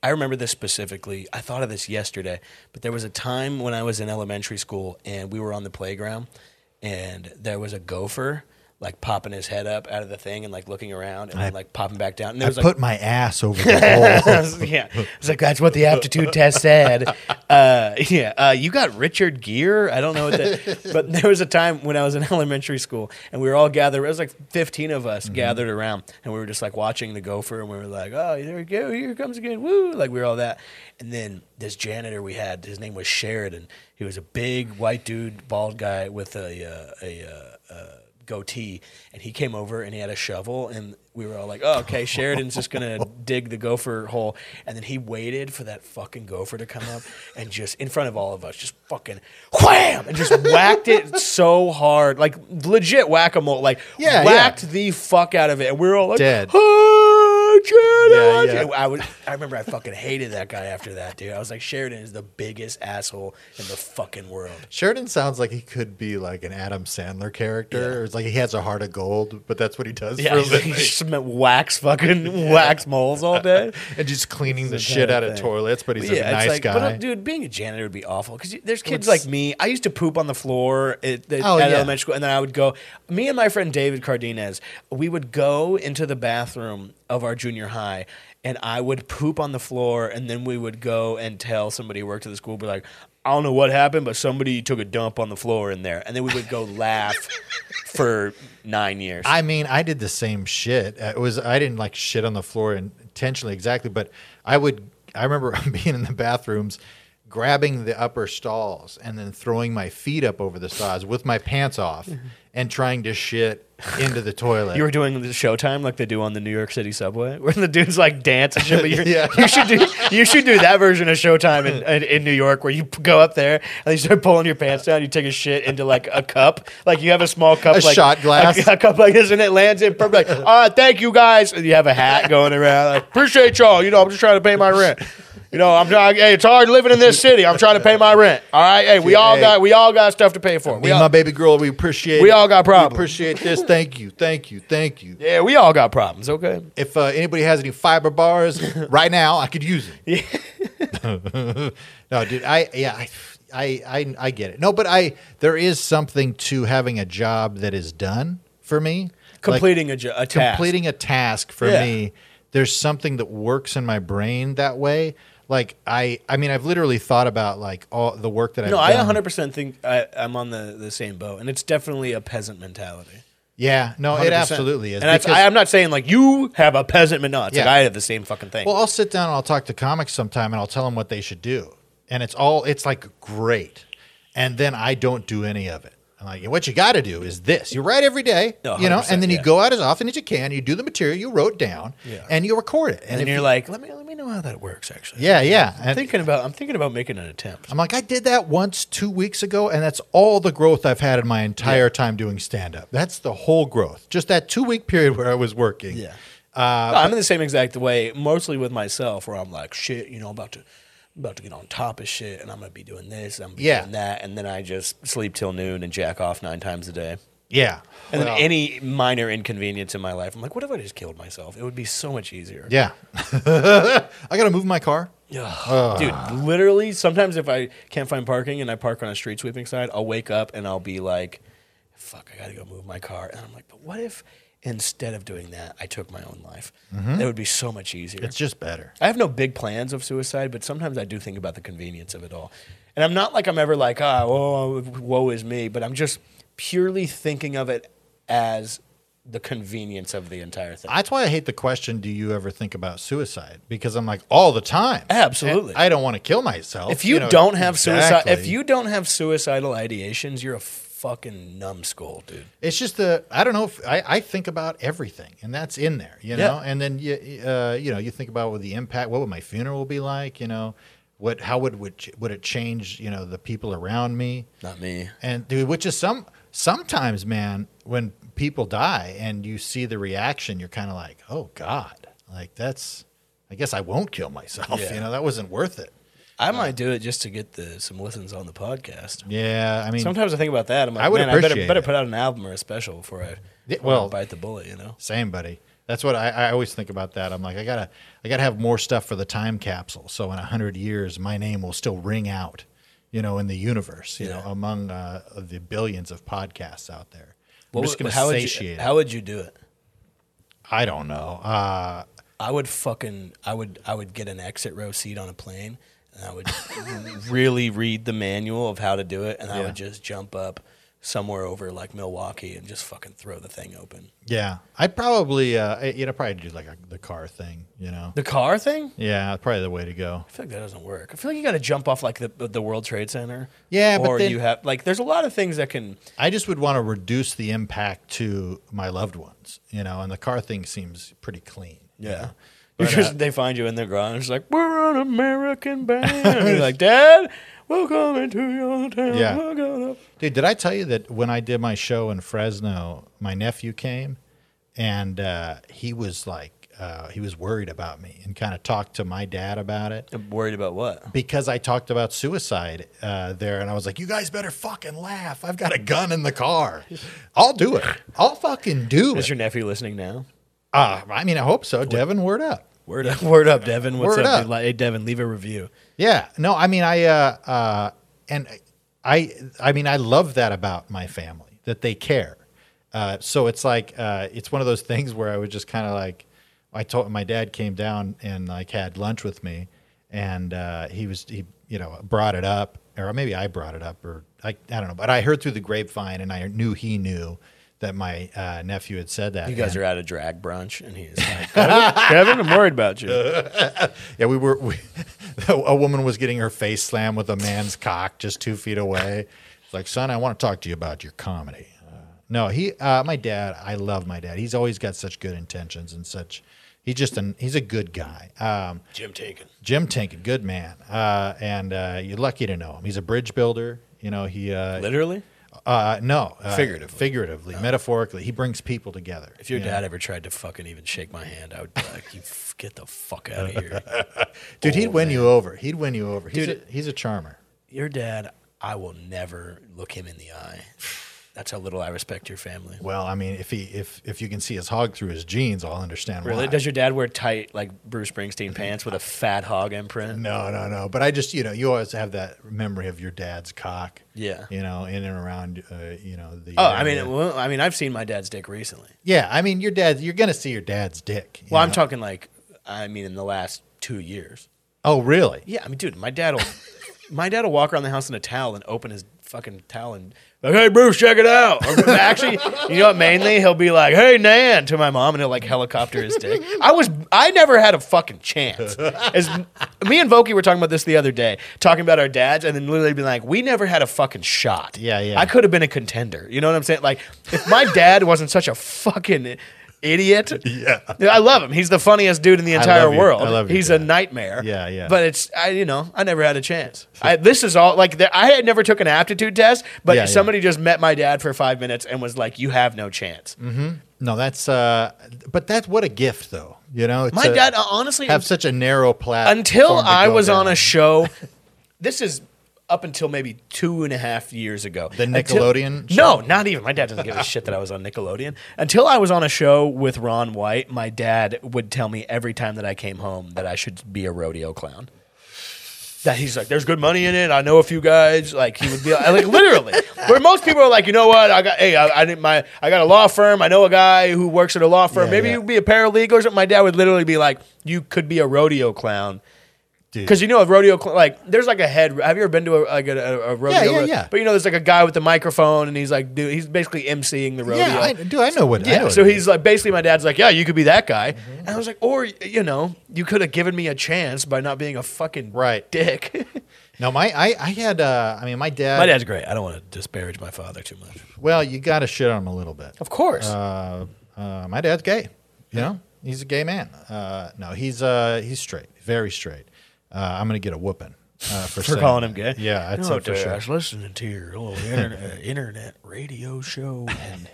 Speaker 2: I remember this specifically. I thought of this yesterday, but there was a time when I was in elementary school and we were on the playground and there was a gopher like popping his head up out of the thing and like looking around and then like popping back down. And there
Speaker 1: I
Speaker 2: was like
Speaker 1: put my ass over
Speaker 2: [LAUGHS]
Speaker 1: the hole.
Speaker 2: yeah. It's like that's what the aptitude test said. Uh, yeah. Uh, you got Richard Gere. I don't know what that. but there was a time when I was in [LAUGHS] elementary school, and we were all gathered. It was like fifteen of us gathered around, and we were just like watching the gopher, and we were like, "Oh, there we go! Here it comes again! Woo!" Like we were all that. And then this janitor we had, his name was Sheridan. He was a big white dude, bald guy with a uh, a. Uh, uh, goatee and he came over and he had a shovel and we were all like
Speaker 1: [LAUGHS]
Speaker 2: oh okay sheridan's just gonna dig the gopher hole and then he waited for that fucking gopher to come up and just in front of all of us just fucking wham and just whacked it so hard like legit whack-a-mole like
Speaker 1: Yeah, yeah.
Speaker 2: whacked the fuck out of it and we were all like
Speaker 1: Dead.
Speaker 2: "Ah, Sheridan!"
Speaker 1: Yeah, yeah.
Speaker 2: And I was I remember I fucking hated that guy after that dude I was like Sheridan is the biggest asshole in the fucking world
Speaker 1: Sheridan sounds like he could be like an Adam Sandler character. Or it's like he has a heart of gold, but that's what he does
Speaker 2: Yeah,
Speaker 1: for a
Speaker 2: he's like,
Speaker 1: [LAUGHS] living.
Speaker 2: sm-
Speaker 1: [LAUGHS]
Speaker 2: wax fucking wax moles all day.
Speaker 1: and
Speaker 2: [LAUGHS]
Speaker 1: just cleaning the [LAUGHS]
Speaker 2: the
Speaker 1: shit out
Speaker 2: entire
Speaker 1: of
Speaker 2: thing.
Speaker 1: toilets, but he's
Speaker 2: But
Speaker 1: a
Speaker 2: yeah,
Speaker 1: nice
Speaker 2: it's like,
Speaker 1: guy.
Speaker 2: but, uh, dude, being a janitor would be awful because there's kids
Speaker 1: Well, it's-
Speaker 2: like me. I used to poop on the floor at, at,
Speaker 1: Oh,
Speaker 2: at
Speaker 1: yeah.
Speaker 2: elementary school, and then I would go. Me and my friend David Cardenas, we would go into the bathroom of our junior high, and I would poop on the floor, and then we would go and tell somebody who worked at the school, be like, I don't know what happened, but somebody took a dump on the floor in there, and then we would go laugh
Speaker 1: [LAUGHS]
Speaker 2: for nine years.
Speaker 1: I mean, I did the same shit. Uh, It was I didn't like shit on the floor intentionally exactly, but I would. I remember [LAUGHS] being in the bathrooms, grabbing the upper stalls and then throwing my feet up over the stalls with my pants
Speaker 2: [LAUGHS]
Speaker 1: off and trying to shit into the toilet.
Speaker 2: You were doing the Showtime like they do on the New York City subway, [LAUGHS] where the dudes like dance and shit. But
Speaker 1: [LAUGHS]
Speaker 2: you're,
Speaker 1: Yeah.
Speaker 2: you should do you should do that version of Showtime in, in, in New York, where you p- go up there and you start pulling your pants down, you take a shit into like a cup, like you have a small cup,
Speaker 1: A
Speaker 2: like,
Speaker 1: shot glass.
Speaker 2: a, a cup like this, and it lands in perfect. Like, all right, thank you guys, and you have a hat going around. Like, Appreciate y'all. You know, I'm just trying to pay my rent. You know, I'm trying. Hey, it's hard living in this city. I'm trying to pay my rent. All right, hey, we all
Speaker 1: Hey.
Speaker 2: got we all got stuff to pay for.
Speaker 1: Me
Speaker 2: We
Speaker 1: and
Speaker 2: all,
Speaker 1: my baby girl, we appreciate.
Speaker 2: We
Speaker 1: it.
Speaker 2: all got problems.
Speaker 1: appreciate this. Thank you. Thank you. Thank you.
Speaker 2: yeah, we all got problems. Okay.
Speaker 1: If uh, anybody has any fiber bars
Speaker 2: [LAUGHS]
Speaker 1: right now, I could use it. [LAUGHS] no, dude, I yeah, I, I I I get it. No, but I there is something to having a job that is done for me. Like,
Speaker 2: completing a, jo- a task.
Speaker 1: completing a task for
Speaker 2: Yeah.
Speaker 1: me there's something that works in my brain that way like i i mean i've literally thought about like all the work that i've
Speaker 2: No,
Speaker 1: done
Speaker 2: I 100 percent think I, I'm on the, the same boat, and it's definitely a peasant mentality.
Speaker 1: yeah no it
Speaker 2: 100%.
Speaker 1: absolutely is
Speaker 2: And that's,
Speaker 1: because-
Speaker 2: I, I'm not saying like you have a peasant mentality. No, it's
Speaker 1: Yeah.
Speaker 2: like I have the same fucking thing.
Speaker 1: Well, I'll sit down and I'll talk to comics sometime and I'll tell them what they should do. And it's all, it's like great. And then I don't do any of it. I'm like, what you got to do is this. You write every day,
Speaker 2: No,
Speaker 1: you know,
Speaker 2: 100%,
Speaker 1: and then you
Speaker 2: yeah.
Speaker 1: go out as often as you can. You do the material you wrote down
Speaker 2: Yeah.
Speaker 1: and you record it.
Speaker 2: and
Speaker 1: if
Speaker 2: you're
Speaker 1: you-
Speaker 2: like, let me let me know how that works. Actually,
Speaker 1: yeah, yeah.
Speaker 2: I'm
Speaker 1: And
Speaker 2: thinking about I'm thinking about making an attempt.
Speaker 1: I'm like, I did that once two weeks ago, and that's all the growth I've had in my entire time doing stand up. That's the whole growth. Just that two week period where I was working.
Speaker 2: Yeah.
Speaker 1: Uh,
Speaker 2: No, I'm in the same exact way, mostly with myself, where I'm like, shit, you know, I'm about to I'm about to get on top of shit, and I'm gonna be doing this, and I'm gonna be
Speaker 1: Yeah.
Speaker 2: doing that, and then I just sleep till noon and jack off nine times a day.
Speaker 1: Yeah.
Speaker 2: And
Speaker 1: Well,
Speaker 2: then any minor inconvenience in my life, I'm like, what if I just killed myself? It would be so much easier.
Speaker 1: yeah. [LAUGHS] I got to move my car.
Speaker 2: Ugh. Dude, literally, sometimes if I can't find parking and I park on a street sweeping side, I'll wake up and I'll be like, fuck, I gotta go move my car. And I'm like, but what if instead of doing that, I took my own life? That would be so much easier.
Speaker 1: Mm-hmm. It's just better.
Speaker 2: I have no big plans of suicide, but sometimes I do think about the convenience of it all. And I'm not like I'm ever like, ah, oh, woe is me, but I'm just purely thinking of it as the convenience of the entire thing.
Speaker 1: That's why I hate the question, do you ever think about suicide? Because I'm like, all the time.
Speaker 2: Absolutely.
Speaker 1: And I don't want to kill myself.
Speaker 2: if you,
Speaker 1: know,
Speaker 2: don't have suicide, if
Speaker 1: exactly.
Speaker 2: you don't have suicidal ideations, you're a fucking numbskull, dude.
Speaker 1: it's just the, I don't know if I, I think about everything and that's in there, you know?
Speaker 2: Yeah.
Speaker 1: And then, you, uh, you know, you think about what the impact, what would my funeral be like, you know? What, how would, would, ch- would it change, you know, the people around me?
Speaker 2: Not me.
Speaker 1: And dude, which is some, sometimes, man, when people die and you see the reaction, you're kind of like, oh God, like that's, I guess I won't kill myself.
Speaker 2: Yeah.
Speaker 1: You know, that wasn't worth it.
Speaker 2: I might do it just to get the some listens on the podcast.
Speaker 1: Yeah, I mean,
Speaker 2: Sometimes I think about that. I'm like,
Speaker 1: I would
Speaker 2: man, I better,
Speaker 1: appreciate
Speaker 2: better
Speaker 1: it.
Speaker 2: put out an album or a special before I
Speaker 1: Yeah,
Speaker 2: well
Speaker 1: well-
Speaker 2: bite the bullet. You know,
Speaker 1: same buddy. That's what I, I always think about that. I'm like, I gotta, I gotta have more stuff for the time capsule. So in a hundred years, my name will still ring out, you know, in the universe, you know, among uh, the billions of podcasts out there. I'm just gonna
Speaker 2: how
Speaker 1: satiate.
Speaker 2: Would
Speaker 1: it.
Speaker 2: you, how would you do it?
Speaker 1: I don't know. Uh,
Speaker 2: I would fucking I would I would get an exit row seat on a plane and
Speaker 1: [LAUGHS]
Speaker 2: I would really read the manual of how to do it and I
Speaker 1: Yeah.
Speaker 2: would just jump up somewhere over like Milwaukee and just fucking throw the thing open.
Speaker 1: yeah, I'd probably, uh, I- you know, probably do like a, the car thing, you know.
Speaker 2: The car thing?
Speaker 1: Yeah, probably the way to go.
Speaker 2: I feel like that doesn't work. I feel like you got to jump off like the the World Trade Center.
Speaker 1: Yeah, but
Speaker 2: or
Speaker 1: then-
Speaker 2: you have like there's a lot of things that can
Speaker 1: I just would want to reduce the impact to my loved ones, you know. And the car thing seems pretty clean. you know? But,
Speaker 2: because
Speaker 1: uh,
Speaker 2: they find you in the garage, it's like we're
Speaker 1: [LAUGHS]
Speaker 2: an American band. And you're like, Dad, we're coming to your town.
Speaker 1: Yeah.
Speaker 2: We're gonna
Speaker 1: Dude, did I tell you that when I did my show in Fresno, my nephew came and uh, he was like, uh, he was worried about me and kind of talked to my dad about it
Speaker 2: I'm Uh, worried about what?
Speaker 1: because I talked about suicide uh, there. And I was like, you guys better fucking laugh. I've got a gun in the car. I'll do it. I'll fucking do
Speaker 2: Is
Speaker 1: it.
Speaker 2: your nephew listening now?
Speaker 1: Uh, I mean, I hope so. Devin, word up.
Speaker 2: Word up, [LAUGHS] word up, Devin. What's
Speaker 1: Word
Speaker 2: up?
Speaker 1: up.
Speaker 2: dude? Like, Hey, Devin, leave a review.
Speaker 1: Yeah. No, I mean I uh uh and I I mean I love that about my family that they care. Uh so it's like uh it's one of those things where I was just kind of like I told my dad came down and like had lunch with me and uh he was he you know brought it up or maybe I brought it up or I I don't know, but I heard through the grapevine and I knew he knew that my uh, nephew had said that.
Speaker 2: You guys are at a drag brunch, and [LAUGHS] he's like, Kevin, Kevin, I'm worried about you. [LAUGHS]
Speaker 1: Yeah, we were. We, [LAUGHS] a woman was getting her face slammed with a man's cock just two feet away. It's like, son, I want to talk to you about your comedy. Uh, no, he, uh, my dad. I love my dad. He's always got such good intentions and such. He's just an. He's a good guy. Um,
Speaker 2: Jim Tinkin.
Speaker 1: Jim Tink, good man. Uh, and uh, you're lucky to know him. He's a bridge builder. You know, he. Uh,
Speaker 2: Literally,
Speaker 1: uh, no, uh,
Speaker 2: Figuratively. Oh.
Speaker 1: figuratively, metaphorically, he brings people together.
Speaker 2: if your
Speaker 1: you know?
Speaker 2: dad ever tried to fucking even shake my hand, I would be like, you f- get the fuck out [LAUGHS] of here.
Speaker 1: dude, he'd
Speaker 2: old
Speaker 1: win you over. He'd win you over. He's
Speaker 2: Oh, Dude,
Speaker 1: a, he's a charmer.
Speaker 2: Your dad, I will never look him in the eye. That's how little I respect your family.
Speaker 1: Well, I mean, if he if if you can see his hog through his jeans, I'll understand
Speaker 2: Really? Mm-hmm.
Speaker 1: why.
Speaker 2: Does your dad wear tight like Bruce Springsteen pants with a fat hog imprint?
Speaker 1: no, no, no. But I just, you know, you always have that memory of your dad's cock.
Speaker 2: Yeah.
Speaker 1: You know, in and around, uh, you know the.
Speaker 2: Oh, I mean,
Speaker 1: area.
Speaker 2: well, I mean, I've seen my dad's dick recently.
Speaker 1: yeah. I mean, your dad. You're gonna see your dad's dick. you
Speaker 2: Well, I'm
Speaker 1: know?
Speaker 2: talking like, I mean, in the last two years.
Speaker 1: Oh, really?
Speaker 2: Yeah, I mean, dude, my dad will, [LAUGHS] my dad will walk around the house in a towel and open his fucking towel and like, hey, Bruce, check it out. Or [LAUGHS] actually, you know what? Mainly, he'll be like, hey, Nan, to my mom, and he'll like helicopter his dick. I was, I never had a fucking chance. As me and Voki were talking about this the other day, talking about our dads, and then literally being like, we never had a fucking shot.
Speaker 1: Yeah, yeah.
Speaker 2: I could have been a contender. You know what I'm saying? Like, if my dad wasn't such a fucking idiot,
Speaker 1: Yeah.
Speaker 2: I love him. He's the funniest dude in the entire
Speaker 1: love you.
Speaker 2: world.
Speaker 1: I love your
Speaker 2: He's a
Speaker 1: dad.
Speaker 2: nightmare.
Speaker 1: Yeah, yeah.
Speaker 2: But it's I, you know, I never had a chance. I, this is all like the, I had never took an aptitude test, but
Speaker 1: Yeah, yeah.
Speaker 2: somebody just met my dad for five minutes and was like, "You have no chance."
Speaker 1: Mm-hmm. No, that's. uh But that's what a gift, though. You know,
Speaker 2: My
Speaker 1: to
Speaker 2: dad, uh, honestly,
Speaker 1: have such a narrow platform.
Speaker 2: until
Speaker 1: to
Speaker 2: I
Speaker 1: go
Speaker 2: was on
Speaker 1: down.
Speaker 2: a show.
Speaker 1: [LAUGHS]
Speaker 2: this is up until maybe two and a half years ago.
Speaker 1: The
Speaker 2: Until-
Speaker 1: Nickelodeon
Speaker 2: no, not even. My dad doesn't give a shit that I was on Nickelodeon. Until I was on a show with Ron White, my dad would tell me every time that I came home that I should be a rodeo clown. That he's like, there's good money in it. I know a few guys. Like he would be like,
Speaker 1: [LAUGHS]
Speaker 2: like, literally, where most people are like, you know what? I got, hey, I, I didn't my, I got a law firm. I know a guy who works at a law firm.
Speaker 1: Yeah,
Speaker 2: Maybe
Speaker 1: yeah.
Speaker 2: you'd be a paralegal or something. My dad would literally be like, you could be a rodeo clown.
Speaker 1: Dude.
Speaker 2: Because you know a rodeo, cl- like there's like a head. Have you ever been to a like a, a, a rodeo?
Speaker 1: yeah,
Speaker 2: where-
Speaker 1: yeah.
Speaker 2: But you know, there's like a guy with the microphone, and he's like, dude, he's basically emceeing the rodeo.
Speaker 1: Yeah, Mm-hmm. I, dude, I know what. I know
Speaker 2: Yeah,
Speaker 1: what
Speaker 2: so
Speaker 1: it is.
Speaker 2: he's like, basically, my dad's like, yeah, you could be that guy, and I was like, or you know, you could have given me a chance by not being a fucking
Speaker 1: Right.
Speaker 2: dick. [LAUGHS]
Speaker 1: No, my I, I had. uh I mean, my dad.
Speaker 2: my dad's great. I don't want to disparage my father too much.
Speaker 1: Well, you got to shit on him a little bit.
Speaker 2: Of course,
Speaker 1: uh, uh, my dad's gay. You know, he's a gay man. Uh, no, he's uh, he's straight, very straight. Uh, I'm gonna get a whooping
Speaker 2: [LAUGHS]
Speaker 1: uh, for,
Speaker 2: for
Speaker 1: saying
Speaker 2: calling
Speaker 1: that.
Speaker 2: him gay.
Speaker 1: Yeah, that's
Speaker 2: no,
Speaker 1: it for
Speaker 2: dude, I
Speaker 1: sure.
Speaker 2: was listening to your little internet, internet radio uh, show, and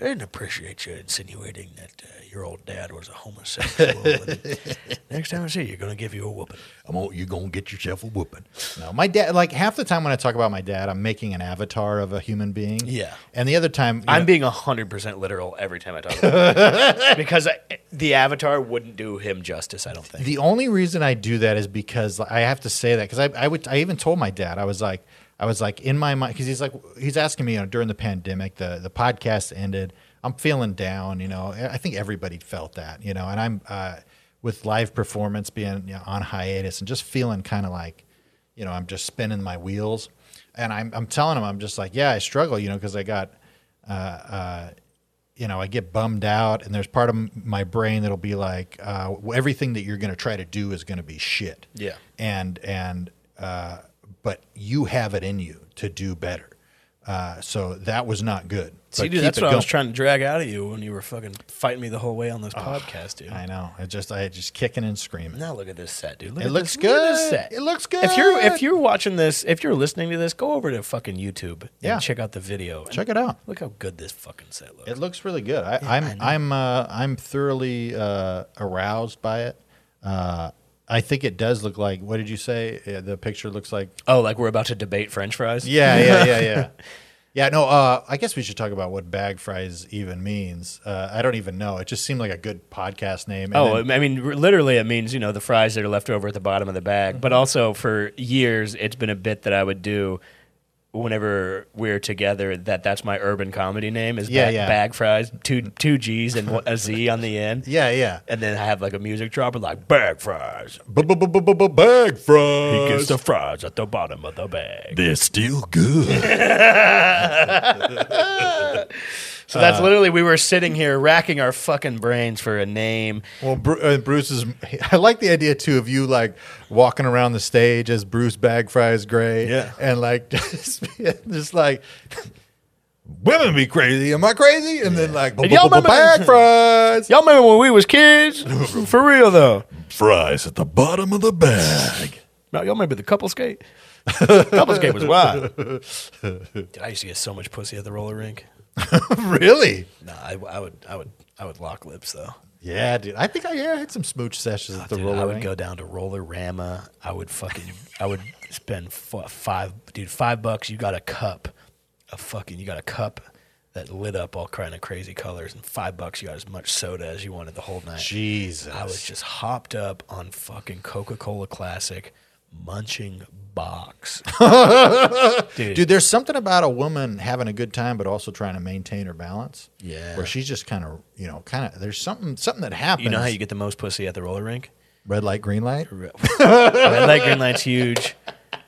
Speaker 2: I didn't appreciate you insinuating that uh, your old dad was a [LAUGHS] homosexual. and next time I see you, you're going to give you a whooping.
Speaker 1: I'm all, you're gonna get yourself a whooping. No, my dad. Like half the time when I talk about my dad, I'm making an avatar of a human being.
Speaker 2: Yeah.
Speaker 1: and the other time, you
Speaker 2: I'm
Speaker 1: know,
Speaker 2: being 100% literal every time I talk about [LAUGHS] it. Because I, the avatar wouldn't do him justice, I don't think.
Speaker 1: the only reason I do that is because I have to say that because I, I would I even told my dad I was like I was like in my mind because he's like he's asking me you know during the pandemic the the podcast ended I'm feeling down you know I think everybody felt that you know and I'm uh, with live performance being you know, on hiatus and just feeling kind of like you know I'm just spinning my wheels and I'm I'm telling him I'm just like yeah I struggle you know because I got you know, I get bummed out, and there's part of m- my brain that'll be like, uh, everything that you're going to try to do is going to be shit.
Speaker 2: Yeah.
Speaker 1: And and uh, but you have it in you to do better. Uh, so that was not good.
Speaker 2: See,
Speaker 1: But
Speaker 2: dude,
Speaker 1: keep
Speaker 2: that's
Speaker 1: it
Speaker 2: what I was
Speaker 1: going.
Speaker 2: trying to drag out of you when you were fucking fighting me the whole way on this podcast, dude.
Speaker 1: I know. I just I just kicking and screaming.
Speaker 2: Now look at this set, dude. Look
Speaker 1: It
Speaker 2: at
Speaker 1: looks
Speaker 2: this, look at this
Speaker 1: good.
Speaker 2: set.
Speaker 1: It looks
Speaker 2: If you're if
Speaker 1: good.
Speaker 2: you're watching this, if you're listening to this, go over to fucking YouTube and
Speaker 1: Yeah.
Speaker 2: check out the video. and
Speaker 1: Check it out.
Speaker 2: Look how good this fucking set looks.
Speaker 1: It looks really good. I, I'm I'm uh, I'm thoroughly uh, aroused by it. Uh, I think it does look like. What did you say? Uh, The picture looks like
Speaker 2: oh, like we're about to debate French fries?
Speaker 1: Yeah, yeah, yeah, [LAUGHS] yeah. yeah, no, uh, I guess we should talk about what bag fries even means. Uh, I don't even know. It just seemed like a good podcast name. And
Speaker 2: Oh,
Speaker 1: then-
Speaker 2: I mean, r- literally, it means you know the fries that are left over at the bottom of the bag.
Speaker 1: Mm-hmm.
Speaker 2: But also, for years, it's been a bit that I would do whenever we're together. That that's my urban comedy name is
Speaker 1: Yeah,
Speaker 2: bag,
Speaker 1: yeah.
Speaker 2: bag fries, two two G's and one- a Z on the
Speaker 1: [LAUGHS]
Speaker 2: end.
Speaker 1: yeah, yeah.
Speaker 2: And then I have like a music dropper like bag fries.
Speaker 1: Bag
Speaker 2: He gets
Speaker 1: fries.
Speaker 2: the fries at the bottom of the bag.
Speaker 1: They're still good.
Speaker 2: So that's literally we were sitting here racking our fucking brains for a name.
Speaker 1: [LAUGHS] well, Bru- uh, Bruce is. [LAUGHS] I like the idea too of you like walking around the stage as Bruce Bag Fries Gray.
Speaker 2: Yeah.
Speaker 1: and like [LAUGHS] just, just like. Women be crazy. Am I crazy? And then like
Speaker 2: y'all
Speaker 1: [LAUGHS]
Speaker 2: remember-
Speaker 1: bag fries,
Speaker 2: Y'all remember when we was kids? for real though.
Speaker 1: fries at the bottom of the bag.
Speaker 2: No, y'all remember the couple skate? couple skate was wild. Dude, I used to get so much pussy at the roller rink. [LAUGHS]
Speaker 1: really?
Speaker 2: Nah, I, I would, I would, I would lock lips though.
Speaker 1: Yeah, dude. I think I, yeah, I had some smooch sessions at the
Speaker 2: Oh, Dude,
Speaker 1: roller
Speaker 2: I would
Speaker 1: rink.
Speaker 2: go down to Roller Rama. I would fucking, I would spend f- five, dude, five bucks. You got a cup, a fucking, you got a cup that lit up all kind of crazy colors, and five bucks. You got as much soda as you wanted the whole night.
Speaker 1: Jesus.
Speaker 2: I was just hopped up on fucking Coca Cola Classic, munching
Speaker 1: [LAUGHS]
Speaker 2: box.
Speaker 1: Dude, there's something about a woman having a good time but also trying to maintain her balance.
Speaker 2: Yeah.
Speaker 1: Where she's just kind of, you know, kind of there's something something that happens.
Speaker 2: You know how you get the most pussy at the roller rink?
Speaker 1: red light, green light?
Speaker 2: [LAUGHS] Red light, green light's huge.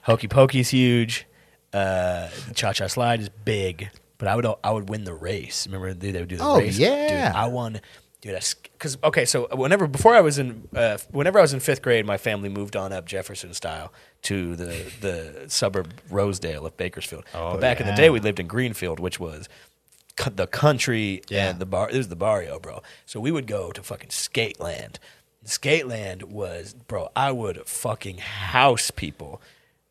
Speaker 2: Hokey pokey's huge. Uh, Cha cha slide is big. But I would I would win the race. Remember they, they would do the
Speaker 1: Oh,
Speaker 2: race.
Speaker 1: yeah.
Speaker 2: dude, I won. Dude, because okay, so whenever before I was in uh, whenever I was in fifth grade, my family moved on up Jefferson style to the the suburb Rosedale of Bakersfield.
Speaker 1: Oh,
Speaker 2: but back in the
Speaker 1: yeah.
Speaker 2: day, we lived in Greenfield, which was cu- the country
Speaker 1: Yeah.
Speaker 2: and the bar. It was the barrio, bro. So we would go to fucking Skateland. Skateland was, bro. I would fucking house people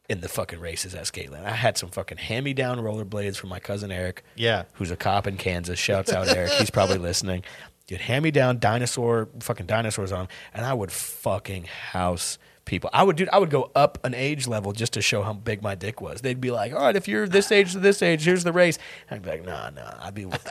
Speaker 2: in the fucking races at Skateland. I had some fucking hand-me-down rollerblades from my cousin Eric.
Speaker 1: Yeah.
Speaker 2: who's a cop in Kansas. Shouts out Eric. He's probably listening. Dude, hand-me-down dinosaur, fucking dinosaurs on, 'em, and I would fucking house. People, I would, dude, I would go up an age level just to show how big my dick was. They'd be like, "All right, if you're this age to this age, here's the race." I'd be like, "Nah, nah." I'd be like,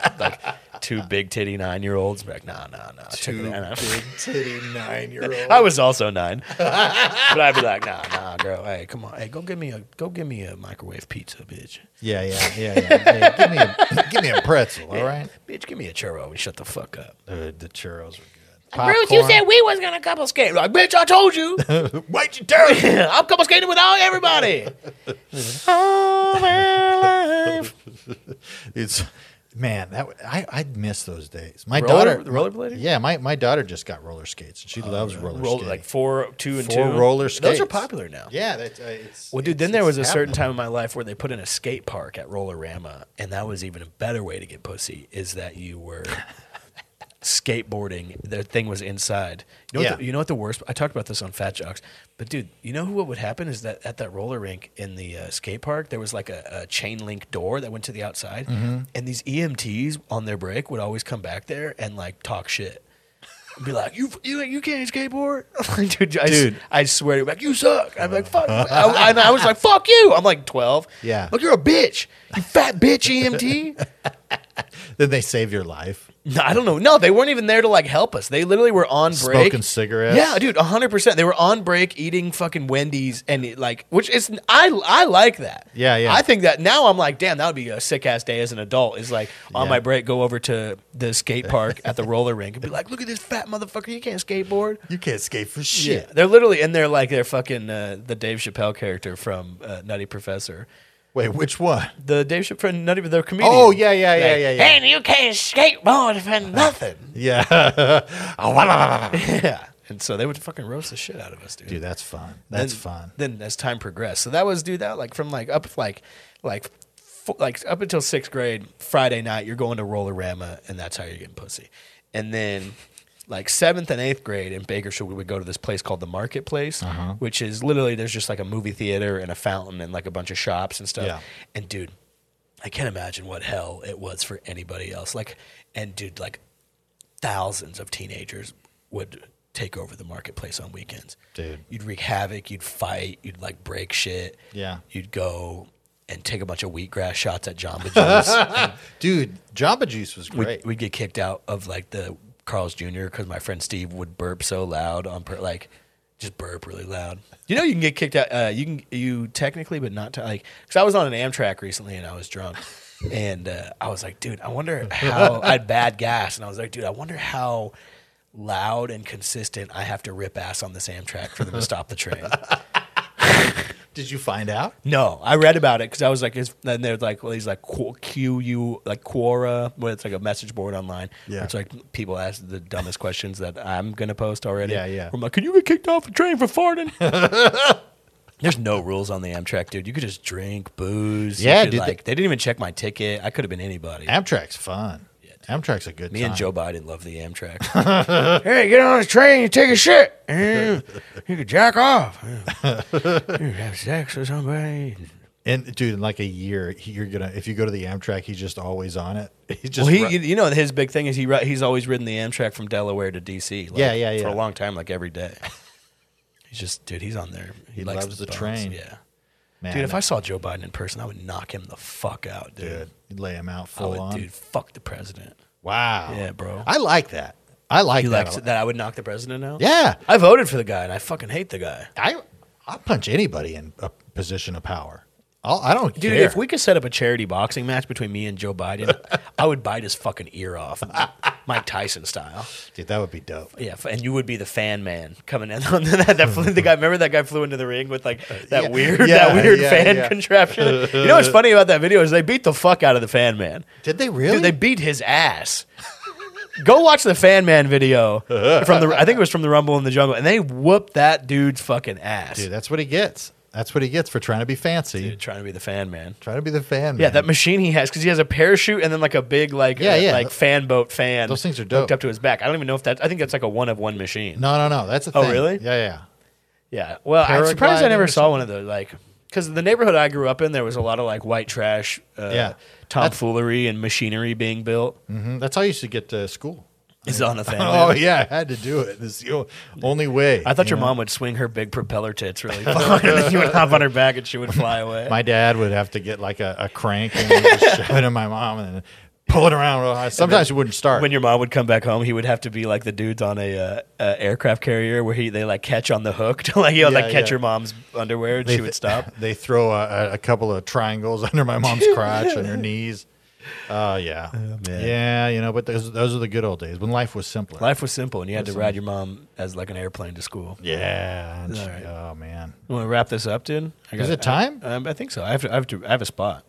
Speaker 2: two big titty nine year olds, be like, "Nah, nah, nah." Check it out.
Speaker 1: titty nine year old.
Speaker 2: [LAUGHS] I was also nine, but I'd be like, "Nah, nah, girl. Hey, come on. Hey, go give me a go give me a microwave pizza, bitch.
Speaker 1: [LAUGHS] Yeah, yeah, yeah, yeah. Hey, give me a [LAUGHS] give me a pretzel, all
Speaker 2: [LAUGHS]
Speaker 1: right?
Speaker 2: Bitch, give me a churro and shut the fuck up."
Speaker 1: Uh, the churros were good.
Speaker 2: Bruce, you said we was gonna couple skate. Like, bitch, I told [LAUGHS] you.
Speaker 1: Wait your turn.
Speaker 2: [LAUGHS] I'm couple skating with all everybody. [LAUGHS] all my life.
Speaker 1: It's man, that w- I I miss those days. My
Speaker 2: Roller-
Speaker 1: daughter
Speaker 2: rollerblading? Oh,
Speaker 1: Yeah, my, my daughter just got roller skates and she loves roller
Speaker 2: Roll,
Speaker 1: skates.
Speaker 2: like four, two, and
Speaker 1: Four
Speaker 2: two.
Speaker 1: roller
Speaker 2: Those are
Speaker 1: skates.
Speaker 2: popular now.
Speaker 1: yeah, that, uh, it's
Speaker 2: Well, dude,
Speaker 1: it's-
Speaker 2: then there
Speaker 1: it's
Speaker 2: was a certain
Speaker 1: happening.
Speaker 2: time in my life where they put in a
Speaker 1: [LAUGHS]
Speaker 2: skate park at Rollerama, and that was even a better way to get pussy. Is that you were skateboarding. The thing was inside. You know,
Speaker 1: Yeah.
Speaker 2: what the, you know what the worst? I talked about this on Fat Jocks, but dude, you know what would happen is that at that roller rink in the uh, skate park, there was like a, a chain link door that went to the outside,
Speaker 1: Mm-hmm.
Speaker 2: and these EMTs on their break would always come back there and like talk shit. And Be like you, you, you can't skateboard, [LAUGHS] Like, dude. I, s-
Speaker 1: Dude.
Speaker 2: I swear to you, like you suck. I'm
Speaker 1: [LAUGHS]
Speaker 2: like fuck. I, and I was like fuck you. I'm like twelve.
Speaker 1: Yeah.
Speaker 2: like you're a bitch. You fat bitch
Speaker 1: [LAUGHS]
Speaker 2: E EMT.
Speaker 1: Then they save your life.
Speaker 2: No, I don't know. No, they weren't even there to like help us. They literally were on break.
Speaker 1: Smoking cigarettes?
Speaker 2: Yeah, dude, 100%. They were on break eating fucking Wendy's and it, like which is I I like that.
Speaker 1: Yeah, yeah.
Speaker 2: I think that now I'm like, damn, that would be a sick ass day as an adult is like on
Speaker 1: Yeah.
Speaker 2: my break go over to the skate park at the roller rink and be like, "Look at this fat motherfucker, you can't skateboard."
Speaker 1: You can't skate for
Speaker 2: Yeah. They're literally in there like they're fucking uh, the Dave Chappelle character from uh, Nutty Professor.
Speaker 1: Wait, which one?
Speaker 2: The Dave Chappelle, not even the comedian.
Speaker 1: Oh yeah, yeah, yeah, yeah, yeah.
Speaker 2: And you can't skateboard for nothing.
Speaker 1: Yeah. [LAUGHS] Oh, wah, wah, wah, wah, wah.
Speaker 2: Yeah. [LAUGHS] And so they would fucking roast the shit out of us, dude.
Speaker 1: Dude, that's fun. That's
Speaker 2: then,
Speaker 1: fun.
Speaker 2: Then as time progressed, so that was do that like from like up like like f- like up until sixth grade Friday night, you're going to Rollerama, and that's how you're getting pussy. And then like seventh and eighth grade in Bakersfield, we would go to this place called the Marketplace,
Speaker 1: Uh-huh.
Speaker 2: which is literally there's just like a movie theater and a fountain and like a bunch of shops and stuff.
Speaker 1: Yeah.
Speaker 2: And dude, I can't imagine what hell it was for anybody else. Like, and dude, like thousands of teenagers would take over the marketplace on weekends.
Speaker 1: Dude.
Speaker 2: You'd wreak havoc, you'd fight, you'd like break shit.
Speaker 1: Yeah.
Speaker 2: You'd go and take a bunch of wheatgrass shots at Jamba Juice.
Speaker 1: Dude, Jamba Juice was great.
Speaker 2: we'd, we'd get kicked out of like the Carl's Jr. because my friend Steve would burp so loud on per- like just burp really loud. You know you can get kicked out. Uh, you can you technically, but not t- like because I was on an Amtrak recently and I was drunk, and uh, I was like, dude, I wonder
Speaker 1: [LAUGHS]
Speaker 2: how I had bad gas, and I was like, dude, I wonder how loud and consistent I have to rip ass on this Amtrak for them to stop the train.
Speaker 1: Did you find out?
Speaker 2: No, I read about it because I was like, it's, then they're like, well, he's like Qu- Q U like Quora, where it's like a message board online.
Speaker 1: Yeah.
Speaker 2: Yeah, it's like people ask the dumbest questions that I'm gonna post already.
Speaker 1: Yeah, yeah.
Speaker 2: I'm like, can you get kicked off the train
Speaker 1: [LAUGHS]
Speaker 2: for farting? There's no rules on the Amtrak, dude. You could just drink booze. You
Speaker 1: Yeah,
Speaker 2: could,
Speaker 1: dude, they-
Speaker 2: Like, they, didn't even check my ticket. I could have been anybody.
Speaker 1: Amtrak's fun. Amtrak's a good
Speaker 2: Me
Speaker 1: time.
Speaker 2: and Joe Biden love the
Speaker 1: [LAUGHS]
Speaker 2: Amtrak. hey, get on this train, you take a shit. Eh, You can jack off. Eh, You have sex with somebody.
Speaker 1: And dude, in like a year, he- you're gonna if you go to the Amtrak, he's just always on it. [LAUGHS] He's just
Speaker 2: well, he,
Speaker 1: ru-
Speaker 2: you- you know, his big thing is he ri- he's always ridden the Amtrak from Delaware to DC. like,
Speaker 1: Yeah, yeah,
Speaker 2: For
Speaker 1: yeah.
Speaker 2: a long time, like
Speaker 1: [LAUGHS]
Speaker 2: every day. He's just, dude, he's on there.
Speaker 1: He
Speaker 2: likes
Speaker 1: loves the
Speaker 2: bones,
Speaker 1: train.
Speaker 2: Yeah.
Speaker 1: man,
Speaker 2: Dude, if I saw Joe Biden in person, I would knock him the fuck out, dude.
Speaker 1: dude, you'd lay him out
Speaker 2: I
Speaker 1: full
Speaker 2: would,
Speaker 1: on.
Speaker 2: Oh, dude, fuck the president.
Speaker 1: Wow.
Speaker 2: Yeah, bro.
Speaker 1: I like that. I like
Speaker 2: You
Speaker 1: that.
Speaker 2: like
Speaker 1: a lot.
Speaker 2: that I would knock the president out?
Speaker 1: Yeah.
Speaker 2: I voted for the guy, and I fucking hate the guy.
Speaker 1: I I punch anybody in a position of power. I'll, I don't
Speaker 2: Dude,
Speaker 1: care.
Speaker 2: if we could set up a charity boxing match between me and
Speaker 1: [LAUGHS]
Speaker 2: Joe Biden, I would bite his fucking ear off, Mike Tyson style.
Speaker 1: dude, that would be dope.
Speaker 2: Yeah, f- and you would be the fan man coming in [LAUGHS] on that. That flew, the guy, remember that guy flew into the ring with like that
Speaker 1: Uh, yeah.
Speaker 2: weird, [LAUGHS]
Speaker 1: Yeah,
Speaker 2: that weird
Speaker 1: yeah,
Speaker 2: fan
Speaker 1: yeah. [LAUGHS]
Speaker 2: contraption. You know what's funny about that video is they beat the fuck out of the fan man.
Speaker 1: Did they really?
Speaker 2: Dude, they beat his ass. Go watch the fan man video from the. I think it was from the Rumble in the Jungle, and they whooped that dude's fucking ass.
Speaker 1: Dude, that's what he gets. That's what he gets for trying to be fancy.
Speaker 2: Dude, trying to be the fan man.
Speaker 1: Trying to be the fan.
Speaker 2: Yeah,
Speaker 1: man.
Speaker 2: that machine he has because he has a parachute and then like a big like
Speaker 1: Yeah,
Speaker 2: uh,
Speaker 1: yeah.
Speaker 2: like fan boat fan.
Speaker 1: Those things are dope.
Speaker 2: hooked up to his back. I don't even know if that. I think that's like a one of one machine.
Speaker 1: No, no, no. That's a
Speaker 2: Oh,
Speaker 1: thing.
Speaker 2: really?
Speaker 1: Yeah, yeah.
Speaker 2: Yeah. Well, I'm surprised
Speaker 1: Paragliding
Speaker 2: I never
Speaker 1: or
Speaker 2: saw one of those. Like, because the neighborhood I grew up in, there was a lot of like white trash, uh,
Speaker 1: Yeah.
Speaker 2: tomfoolery and machinery being built.
Speaker 1: hmm That's how you used to get to school.
Speaker 2: Is on a
Speaker 1: [LAUGHS]
Speaker 2: fan.
Speaker 1: Oh yeah, I had to do it. It's the o- only way.
Speaker 2: I thought
Speaker 1: you
Speaker 2: your
Speaker 1: know?
Speaker 2: mom would swing her big propeller
Speaker 1: [LAUGHS]
Speaker 2: tits really far, and then you would hop on her back and she would fly away.
Speaker 1: My dad would have to get like a, a crank and [LAUGHS] just shove it in my mom and pull it around. real high. Sometimes it wouldn't start.
Speaker 2: when your mom would come back home, he would have to be like the dudes on a uh, uh, aircraft carrier where he they like catch on the hook [LAUGHS] to like you know,
Speaker 1: Yeah,
Speaker 2: like catch
Speaker 1: yeah.
Speaker 2: your mom's underwear and she would stop.
Speaker 1: [LAUGHS] they throw a, a- a couple of triangles [LAUGHS] under my
Speaker 2: [LAUGHS]
Speaker 1: mom's crotch and her knees. Oh yeah, yeah. You know, but those those are the good old days when life was simpler.
Speaker 2: Life was simple, and you had to ride your mom as like an airplane to school.
Speaker 1: Yeah. and
Speaker 2: All
Speaker 1: she-
Speaker 2: right.
Speaker 1: Oh man.
Speaker 2: You want to wrap this up, dude? I
Speaker 1: Is
Speaker 2: gotta-
Speaker 1: it time?
Speaker 2: I, um, I think so. I have to. I have to. I have a spot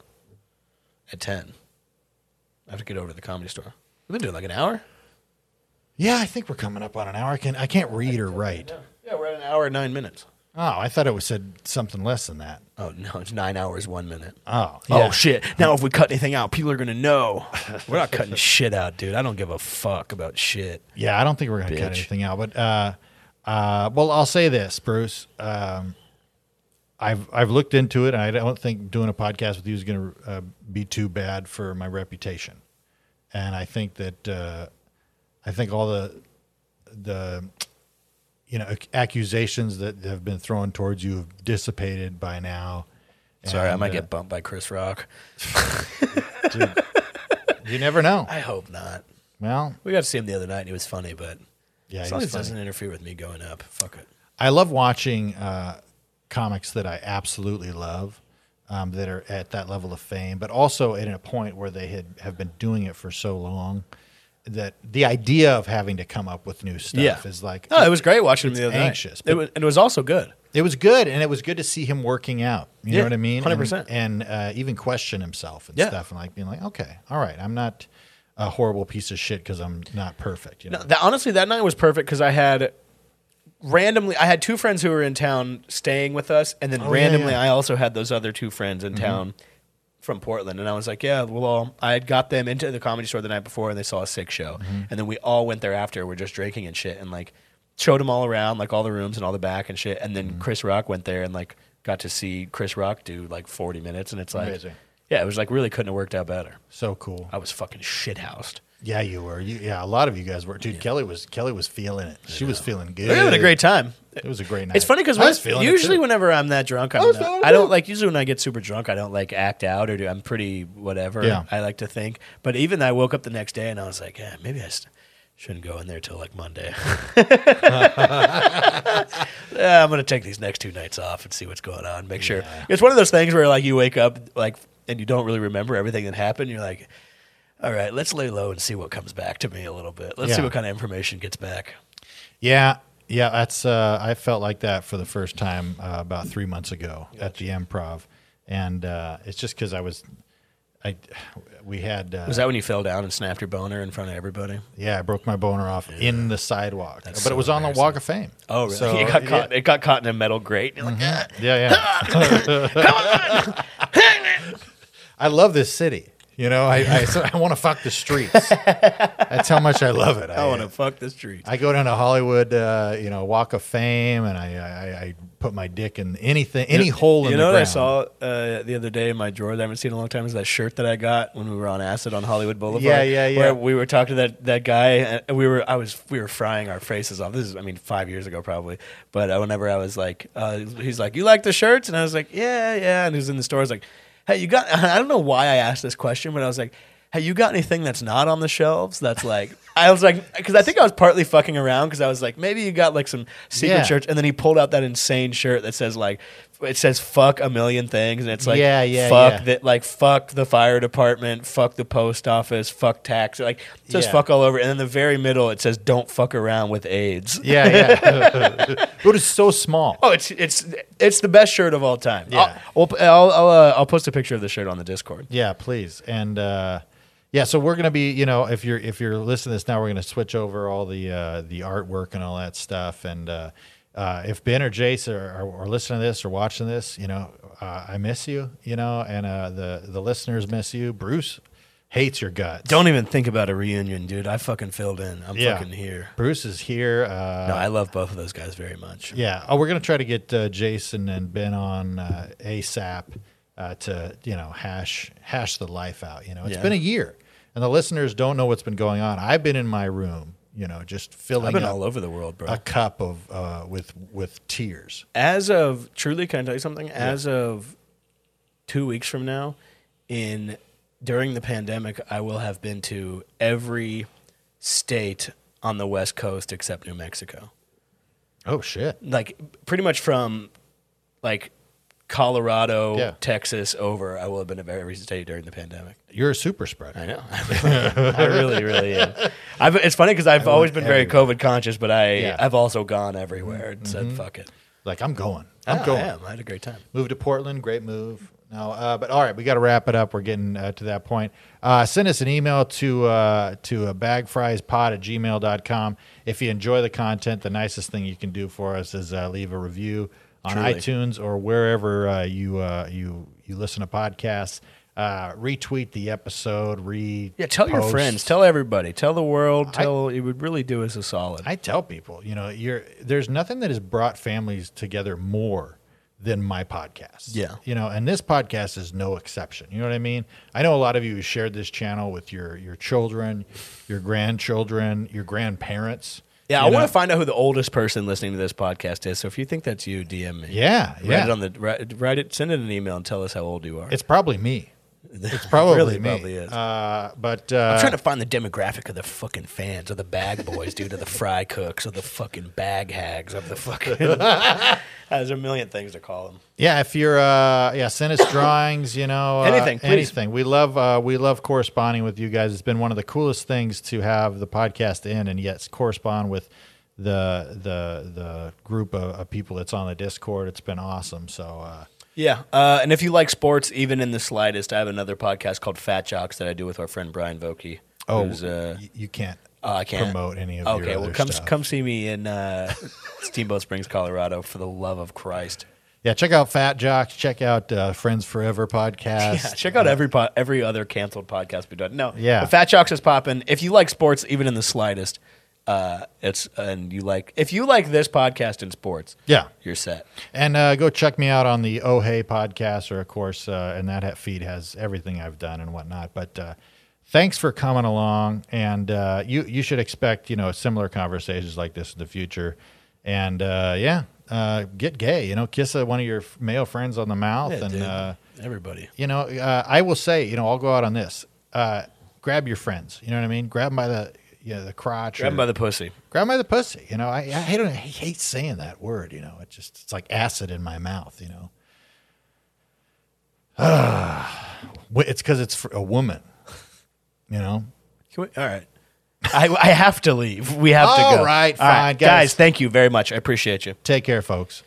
Speaker 2: at ten. I have to get over to the comedy store. We've been doing like an hour.
Speaker 1: Yeah, I think we're coming up on an hour. I can I can't read or write.
Speaker 2: Yeah, we're at an hour and nine minutes.
Speaker 1: Oh, I thought it was said something less than that.
Speaker 2: Oh no, it's nine hours one minute.
Speaker 1: Oh,
Speaker 2: Oh shit! Now if we cut anything out, people are gonna [LAUGHS] know. We're not cutting shit out, dude. I don't give a fuck about shit.
Speaker 1: Yeah, I don't think we're going to cut
Speaker 2: Bitch.
Speaker 1: anything out. But uh, uh, well, I'll say this, Bruce. Um, I've I've looked into it, and I don't think doing a podcast with you is going to uh, be too bad for my reputation. And I think that uh, I think all the the you know ac- accusations that have been thrown towards you have dissipated by now.
Speaker 2: Sorry, I
Speaker 1: And,
Speaker 2: might
Speaker 1: uh,
Speaker 2: get bumped by Chris Rock.
Speaker 1: dude, you never know.
Speaker 2: I hope not.
Speaker 1: Well,
Speaker 2: We got to see him the other night, and he was funny, but
Speaker 1: yeah,
Speaker 2: as
Speaker 1: it
Speaker 2: long
Speaker 1: was
Speaker 2: as it
Speaker 1: funny.
Speaker 2: doesn't interfere with me going up, fuck it.
Speaker 1: I love watching uh, comics that I absolutely love um, that are at that level of fame, but also at a point where they had have been doing it for so long that the idea of having to come up with new stuff is like
Speaker 2: No, it was great watching him the other
Speaker 1: anxious,
Speaker 2: night.
Speaker 1: but-
Speaker 2: It was, and it was also good.
Speaker 1: it was good, and it was good to see him working out. You know
Speaker 2: Yeah,
Speaker 1: what I mean?
Speaker 2: 100%.
Speaker 1: And, and, uh, even question himself and
Speaker 2: Yeah.
Speaker 1: stuff, and like being like, okay, all right, I'm not a horrible piece of shit because I'm not perfect. You know?
Speaker 2: No, that, honestly, that night was perfect because I had randomly I had two friends who were in town staying with us, and then
Speaker 1: Oh, yeah,
Speaker 2: randomly
Speaker 1: yeah. Mm-hmm.
Speaker 2: I also had those other two friends in town from Portland, and I was like, yeah, well, all, I had got them into the comedy store the night before, and they saw a sick show,
Speaker 1: Mm-hmm.
Speaker 2: and then we all went there after. We're just drinking and shit, and like showed them all around, like all the rooms and all the back and shit, and then
Speaker 1: Mm-hmm.
Speaker 2: Chris Rock went there and like got to see Chris Rock do like forty minutes, and it's like,
Speaker 1: Amazing.
Speaker 2: yeah, it was like really couldn't have worked out better.
Speaker 1: so cool.
Speaker 2: I was fucking shit housed.
Speaker 1: Yeah, you were. You, yeah, a lot of you guys were. Dude, Kelly was Kelly was feeling it. She was feeling good.
Speaker 2: We were having a great time.
Speaker 1: It was a great night.
Speaker 2: It's funny
Speaker 1: I was
Speaker 2: because
Speaker 1: feeling it,
Speaker 2: usually
Speaker 1: too.
Speaker 2: whenever I'm that drunk, I'm
Speaker 1: was
Speaker 2: not- i
Speaker 1: feeling it,
Speaker 2: don't
Speaker 1: too.
Speaker 2: like. Usually when I get super drunk, I don't like act out or do. I'm pretty whatever.
Speaker 1: Yeah.
Speaker 2: I like to think. But even I woke up the next day and I was like, yeah, maybe I s- shouldn't go in there till like Monday. [LAUGHS] Yeah, I'm gonna take these next two nights off and see what's going on. Make sure it's one of those things where like you wake up like and you don't really remember everything that happened. You're like, all right, let's lay low and see what comes back to me a little bit. Let's see
Speaker 1: Yeah.
Speaker 2: what kind of information gets back.
Speaker 1: Yeah, yeah. That's uh, I felt like that for the first time uh, about three months ago at the Improv, and uh, it's just because I was, I we had uh,
Speaker 2: Was that when you fell down and snapped your boner in front of everybody?
Speaker 1: yeah I broke my boner off in the sidewalk, but
Speaker 2: so
Speaker 1: it was on the Walk of Fame.
Speaker 2: Oh, really? [LAUGHS]
Speaker 1: So,
Speaker 2: it got
Speaker 1: yeah, Mm-hmm.
Speaker 2: caught. It got caught in a metal grate. You're like, "Ah."
Speaker 1: Yeah,
Speaker 2: [LAUGHS]
Speaker 1: yeah. I love this city. You know, I I, so I want to fuck the
Speaker 2: [LAUGHS]
Speaker 1: streets. That's how much I love it.
Speaker 2: I want to fuck the streets.
Speaker 1: I go down to Hollywood, uh, you know, Walk of Fame, and I, I, I put my dick in anything, any hole in
Speaker 2: You
Speaker 1: the
Speaker 2: know what I
Speaker 1: ground.
Speaker 2: saw uh, the other day in my drawer that I haven't seen in a long time is that shirt that I got when we were on acid on Hollywood Boulevard.
Speaker 1: Yeah, yeah, yeah.
Speaker 2: Where we were talking to that, that guy, and we were I was we were frying our faces off. This is I mean five years ago probably, but uh, whenever I was like, uh, he's like, "You like the shirts?" and I was like, "Yeah, yeah," and he was in the store. I was like, "Hey, you got?" [LAUGHS] I don't know why I asked this question, but I was like. Hey, you got anything that's not on the shelves? That's like [LAUGHS] I was like because I think I was partly fucking around because I was like maybe you got like some secret
Speaker 1: Yeah.
Speaker 2: shirts and then he pulled out that insane shirt that says like it says fuck a million things and it's like
Speaker 1: Yeah, yeah,
Speaker 2: fuck
Speaker 1: yeah.
Speaker 2: that like fuck the fire department fuck the post office fuck tax like it says
Speaker 1: Yeah.
Speaker 2: fuck all over and in the very middle it says don't fuck around with AIDS
Speaker 1: Yeah, yeah.
Speaker 2: [LAUGHS]
Speaker 1: [LAUGHS] but it's so small.
Speaker 2: oh it's it's it's the best shirt of all time
Speaker 1: Yeah.
Speaker 2: I'll I'll I'll, uh, I'll post a picture of the shirt on the Discord
Speaker 1: Yeah, please. And uh, yeah, so we're gonna be, you know, if you're if you're listening to this now, we're gonna switch over all the uh, the artwork and all that stuff. And uh, uh, if Ben or Jace are, are, are listening to this or watching this, you know, uh, I miss you, you know, and uh, the the listeners miss you. Bruce hates your guts.
Speaker 2: don't even think about a reunion dude I fucking filled in I'm
Speaker 1: Yeah.
Speaker 2: fucking here
Speaker 1: Bruce is here. Uh,
Speaker 2: no I love both of those guys very much
Speaker 1: Yeah. Oh, we're gonna try to get uh, Jason and Ben on uh, ASAP uh, to you know hash hash the life out. You know, it's
Speaker 2: Yeah.
Speaker 1: been a year, and the listeners don't know what's been going on. I've been in my room, you know, just
Speaker 2: I've
Speaker 1: filling
Speaker 2: been
Speaker 1: up
Speaker 2: all over the world bro
Speaker 1: a cup of uh, with with tears.
Speaker 2: as of truly can i tell you something as of two weeks from now in during the pandemic i will have been to every state on the west coast except new mexico
Speaker 1: Oh shit!
Speaker 2: like pretty much from like colorado
Speaker 1: Yeah.
Speaker 2: texas over i will have been to every state during the pandemic
Speaker 1: You're a super spreader.
Speaker 2: I know. [LAUGHS] I really, really
Speaker 1: [LAUGHS]
Speaker 2: am. I've, it's funny because I've always been very COVID conscious, but I,
Speaker 1: Yeah.
Speaker 2: I've also gone everywhere and said, fuck it.
Speaker 1: Like I'm going. I'm
Speaker 2: Yeah,
Speaker 1: going.
Speaker 2: I am. I had a great time.
Speaker 1: Move to Portland, great move. No, uh, but all right, we got to wrap it up. We're getting uh, to that point. Uh, send us an email to uh, to uh, bagfriespod at gmail.com. If you enjoy the content, the nicest thing you can do for us is uh, leave a review on
Speaker 2: Truly.
Speaker 1: iTunes or wherever uh, you uh, you you listen to podcasts. Uh, retweet the episode. Re
Speaker 2: Yeah, tell your
Speaker 1: post.
Speaker 2: friends, tell everybody, tell the world, tell it would really do us a solid.
Speaker 1: I tell people, you know, you're there's nothing that has brought families together more than my podcast.
Speaker 2: Yeah.
Speaker 1: You know, and this podcast is no exception. You know what I mean? I know a lot of you shared this channel with your your children, your grandchildren, your grandparents.
Speaker 2: yeah,
Speaker 1: you
Speaker 2: I
Speaker 1: know?
Speaker 2: want to find out who the oldest person listening to this podcast is. So if you think that's you, DM me.
Speaker 1: Yeah,
Speaker 2: write
Speaker 1: yeah.
Speaker 2: it on the write, write it, send it an email, and tell us how old you are.
Speaker 1: it's probably
Speaker 2: [LAUGHS]
Speaker 1: me. It's probably
Speaker 2: Really
Speaker 1: me.
Speaker 2: probably is.
Speaker 1: Uh, but uh,
Speaker 2: I'm trying to find the demographic of the fucking fans, of the bag boys, dude, of the fry cooks, of the fucking bag hags, of
Speaker 1: [LAUGHS]
Speaker 2: the fucking. [LAUGHS] There's a million things to call them.
Speaker 1: Yeah, if you're uh yeah, send
Speaker 2: [COUGHS]
Speaker 1: us drawings, you know, uh,
Speaker 2: Anything, please.
Speaker 1: anything. We love uh we love corresponding with you guys. It's been one of the coolest things to have the podcast in and yet correspond with the the the group of, of people that's on the Discord. It's been awesome. So uh
Speaker 2: Yeah, uh, and if you like sports, even in the slightest, I have another podcast called Fat Jocks that I do with our friend Brian Vokey.
Speaker 1: oh,
Speaker 2: who's, uh,
Speaker 1: y- you can't
Speaker 2: oh, I can't
Speaker 1: promote any of your
Speaker 2: Okay, well,
Speaker 1: other
Speaker 2: come
Speaker 1: stuff.
Speaker 2: come see me in uh, [LAUGHS] Steamboat Springs, Colorado, for the love of Christ.
Speaker 1: Yeah, check out Fat Jocks, check out uh, Friends Forever podcast.
Speaker 2: [LAUGHS] Yeah, check out every po- every other canceled podcast we've done. No,
Speaker 1: Yeah.
Speaker 2: but Fat Jocks is popping. If you like sports, even in the slightest, uh, it's and you like if you like this podcast in sports,
Speaker 1: Yeah.
Speaker 2: you're set.
Speaker 1: And uh, go check me out on the Oh Hey podcast, or of course, uh, and that ha- feed has everything I've done and whatnot. But uh, thanks for coming along, and uh, you you should expect you know similar conversations like this in the future. And uh, yeah, uh, get gay, you know, kiss uh, one of your f- male friends on the mouth,
Speaker 2: Yeah,
Speaker 1: and
Speaker 2: dude.
Speaker 1: uh,
Speaker 2: Everybody,
Speaker 1: you know, uh, I will say, you know, I'll go out on this. Uh, grab your friends, you know what I mean? Grab 'em by the you know, the crotch,
Speaker 2: grab
Speaker 1: or-
Speaker 2: 'em by the pussy.
Speaker 1: grab my the pussy. You know, I I don't I hate saying that word. You know, it just it's like acid in my mouth. You know, [SIGHS] Wh- it's because it's for a woman. You know,
Speaker 2: Can we, all right. I, I have to leave. We have to
Speaker 1: All
Speaker 2: go.
Speaker 1: right, fine, guys.
Speaker 2: guys. Thank you very much. I appreciate you.
Speaker 1: take care, folks.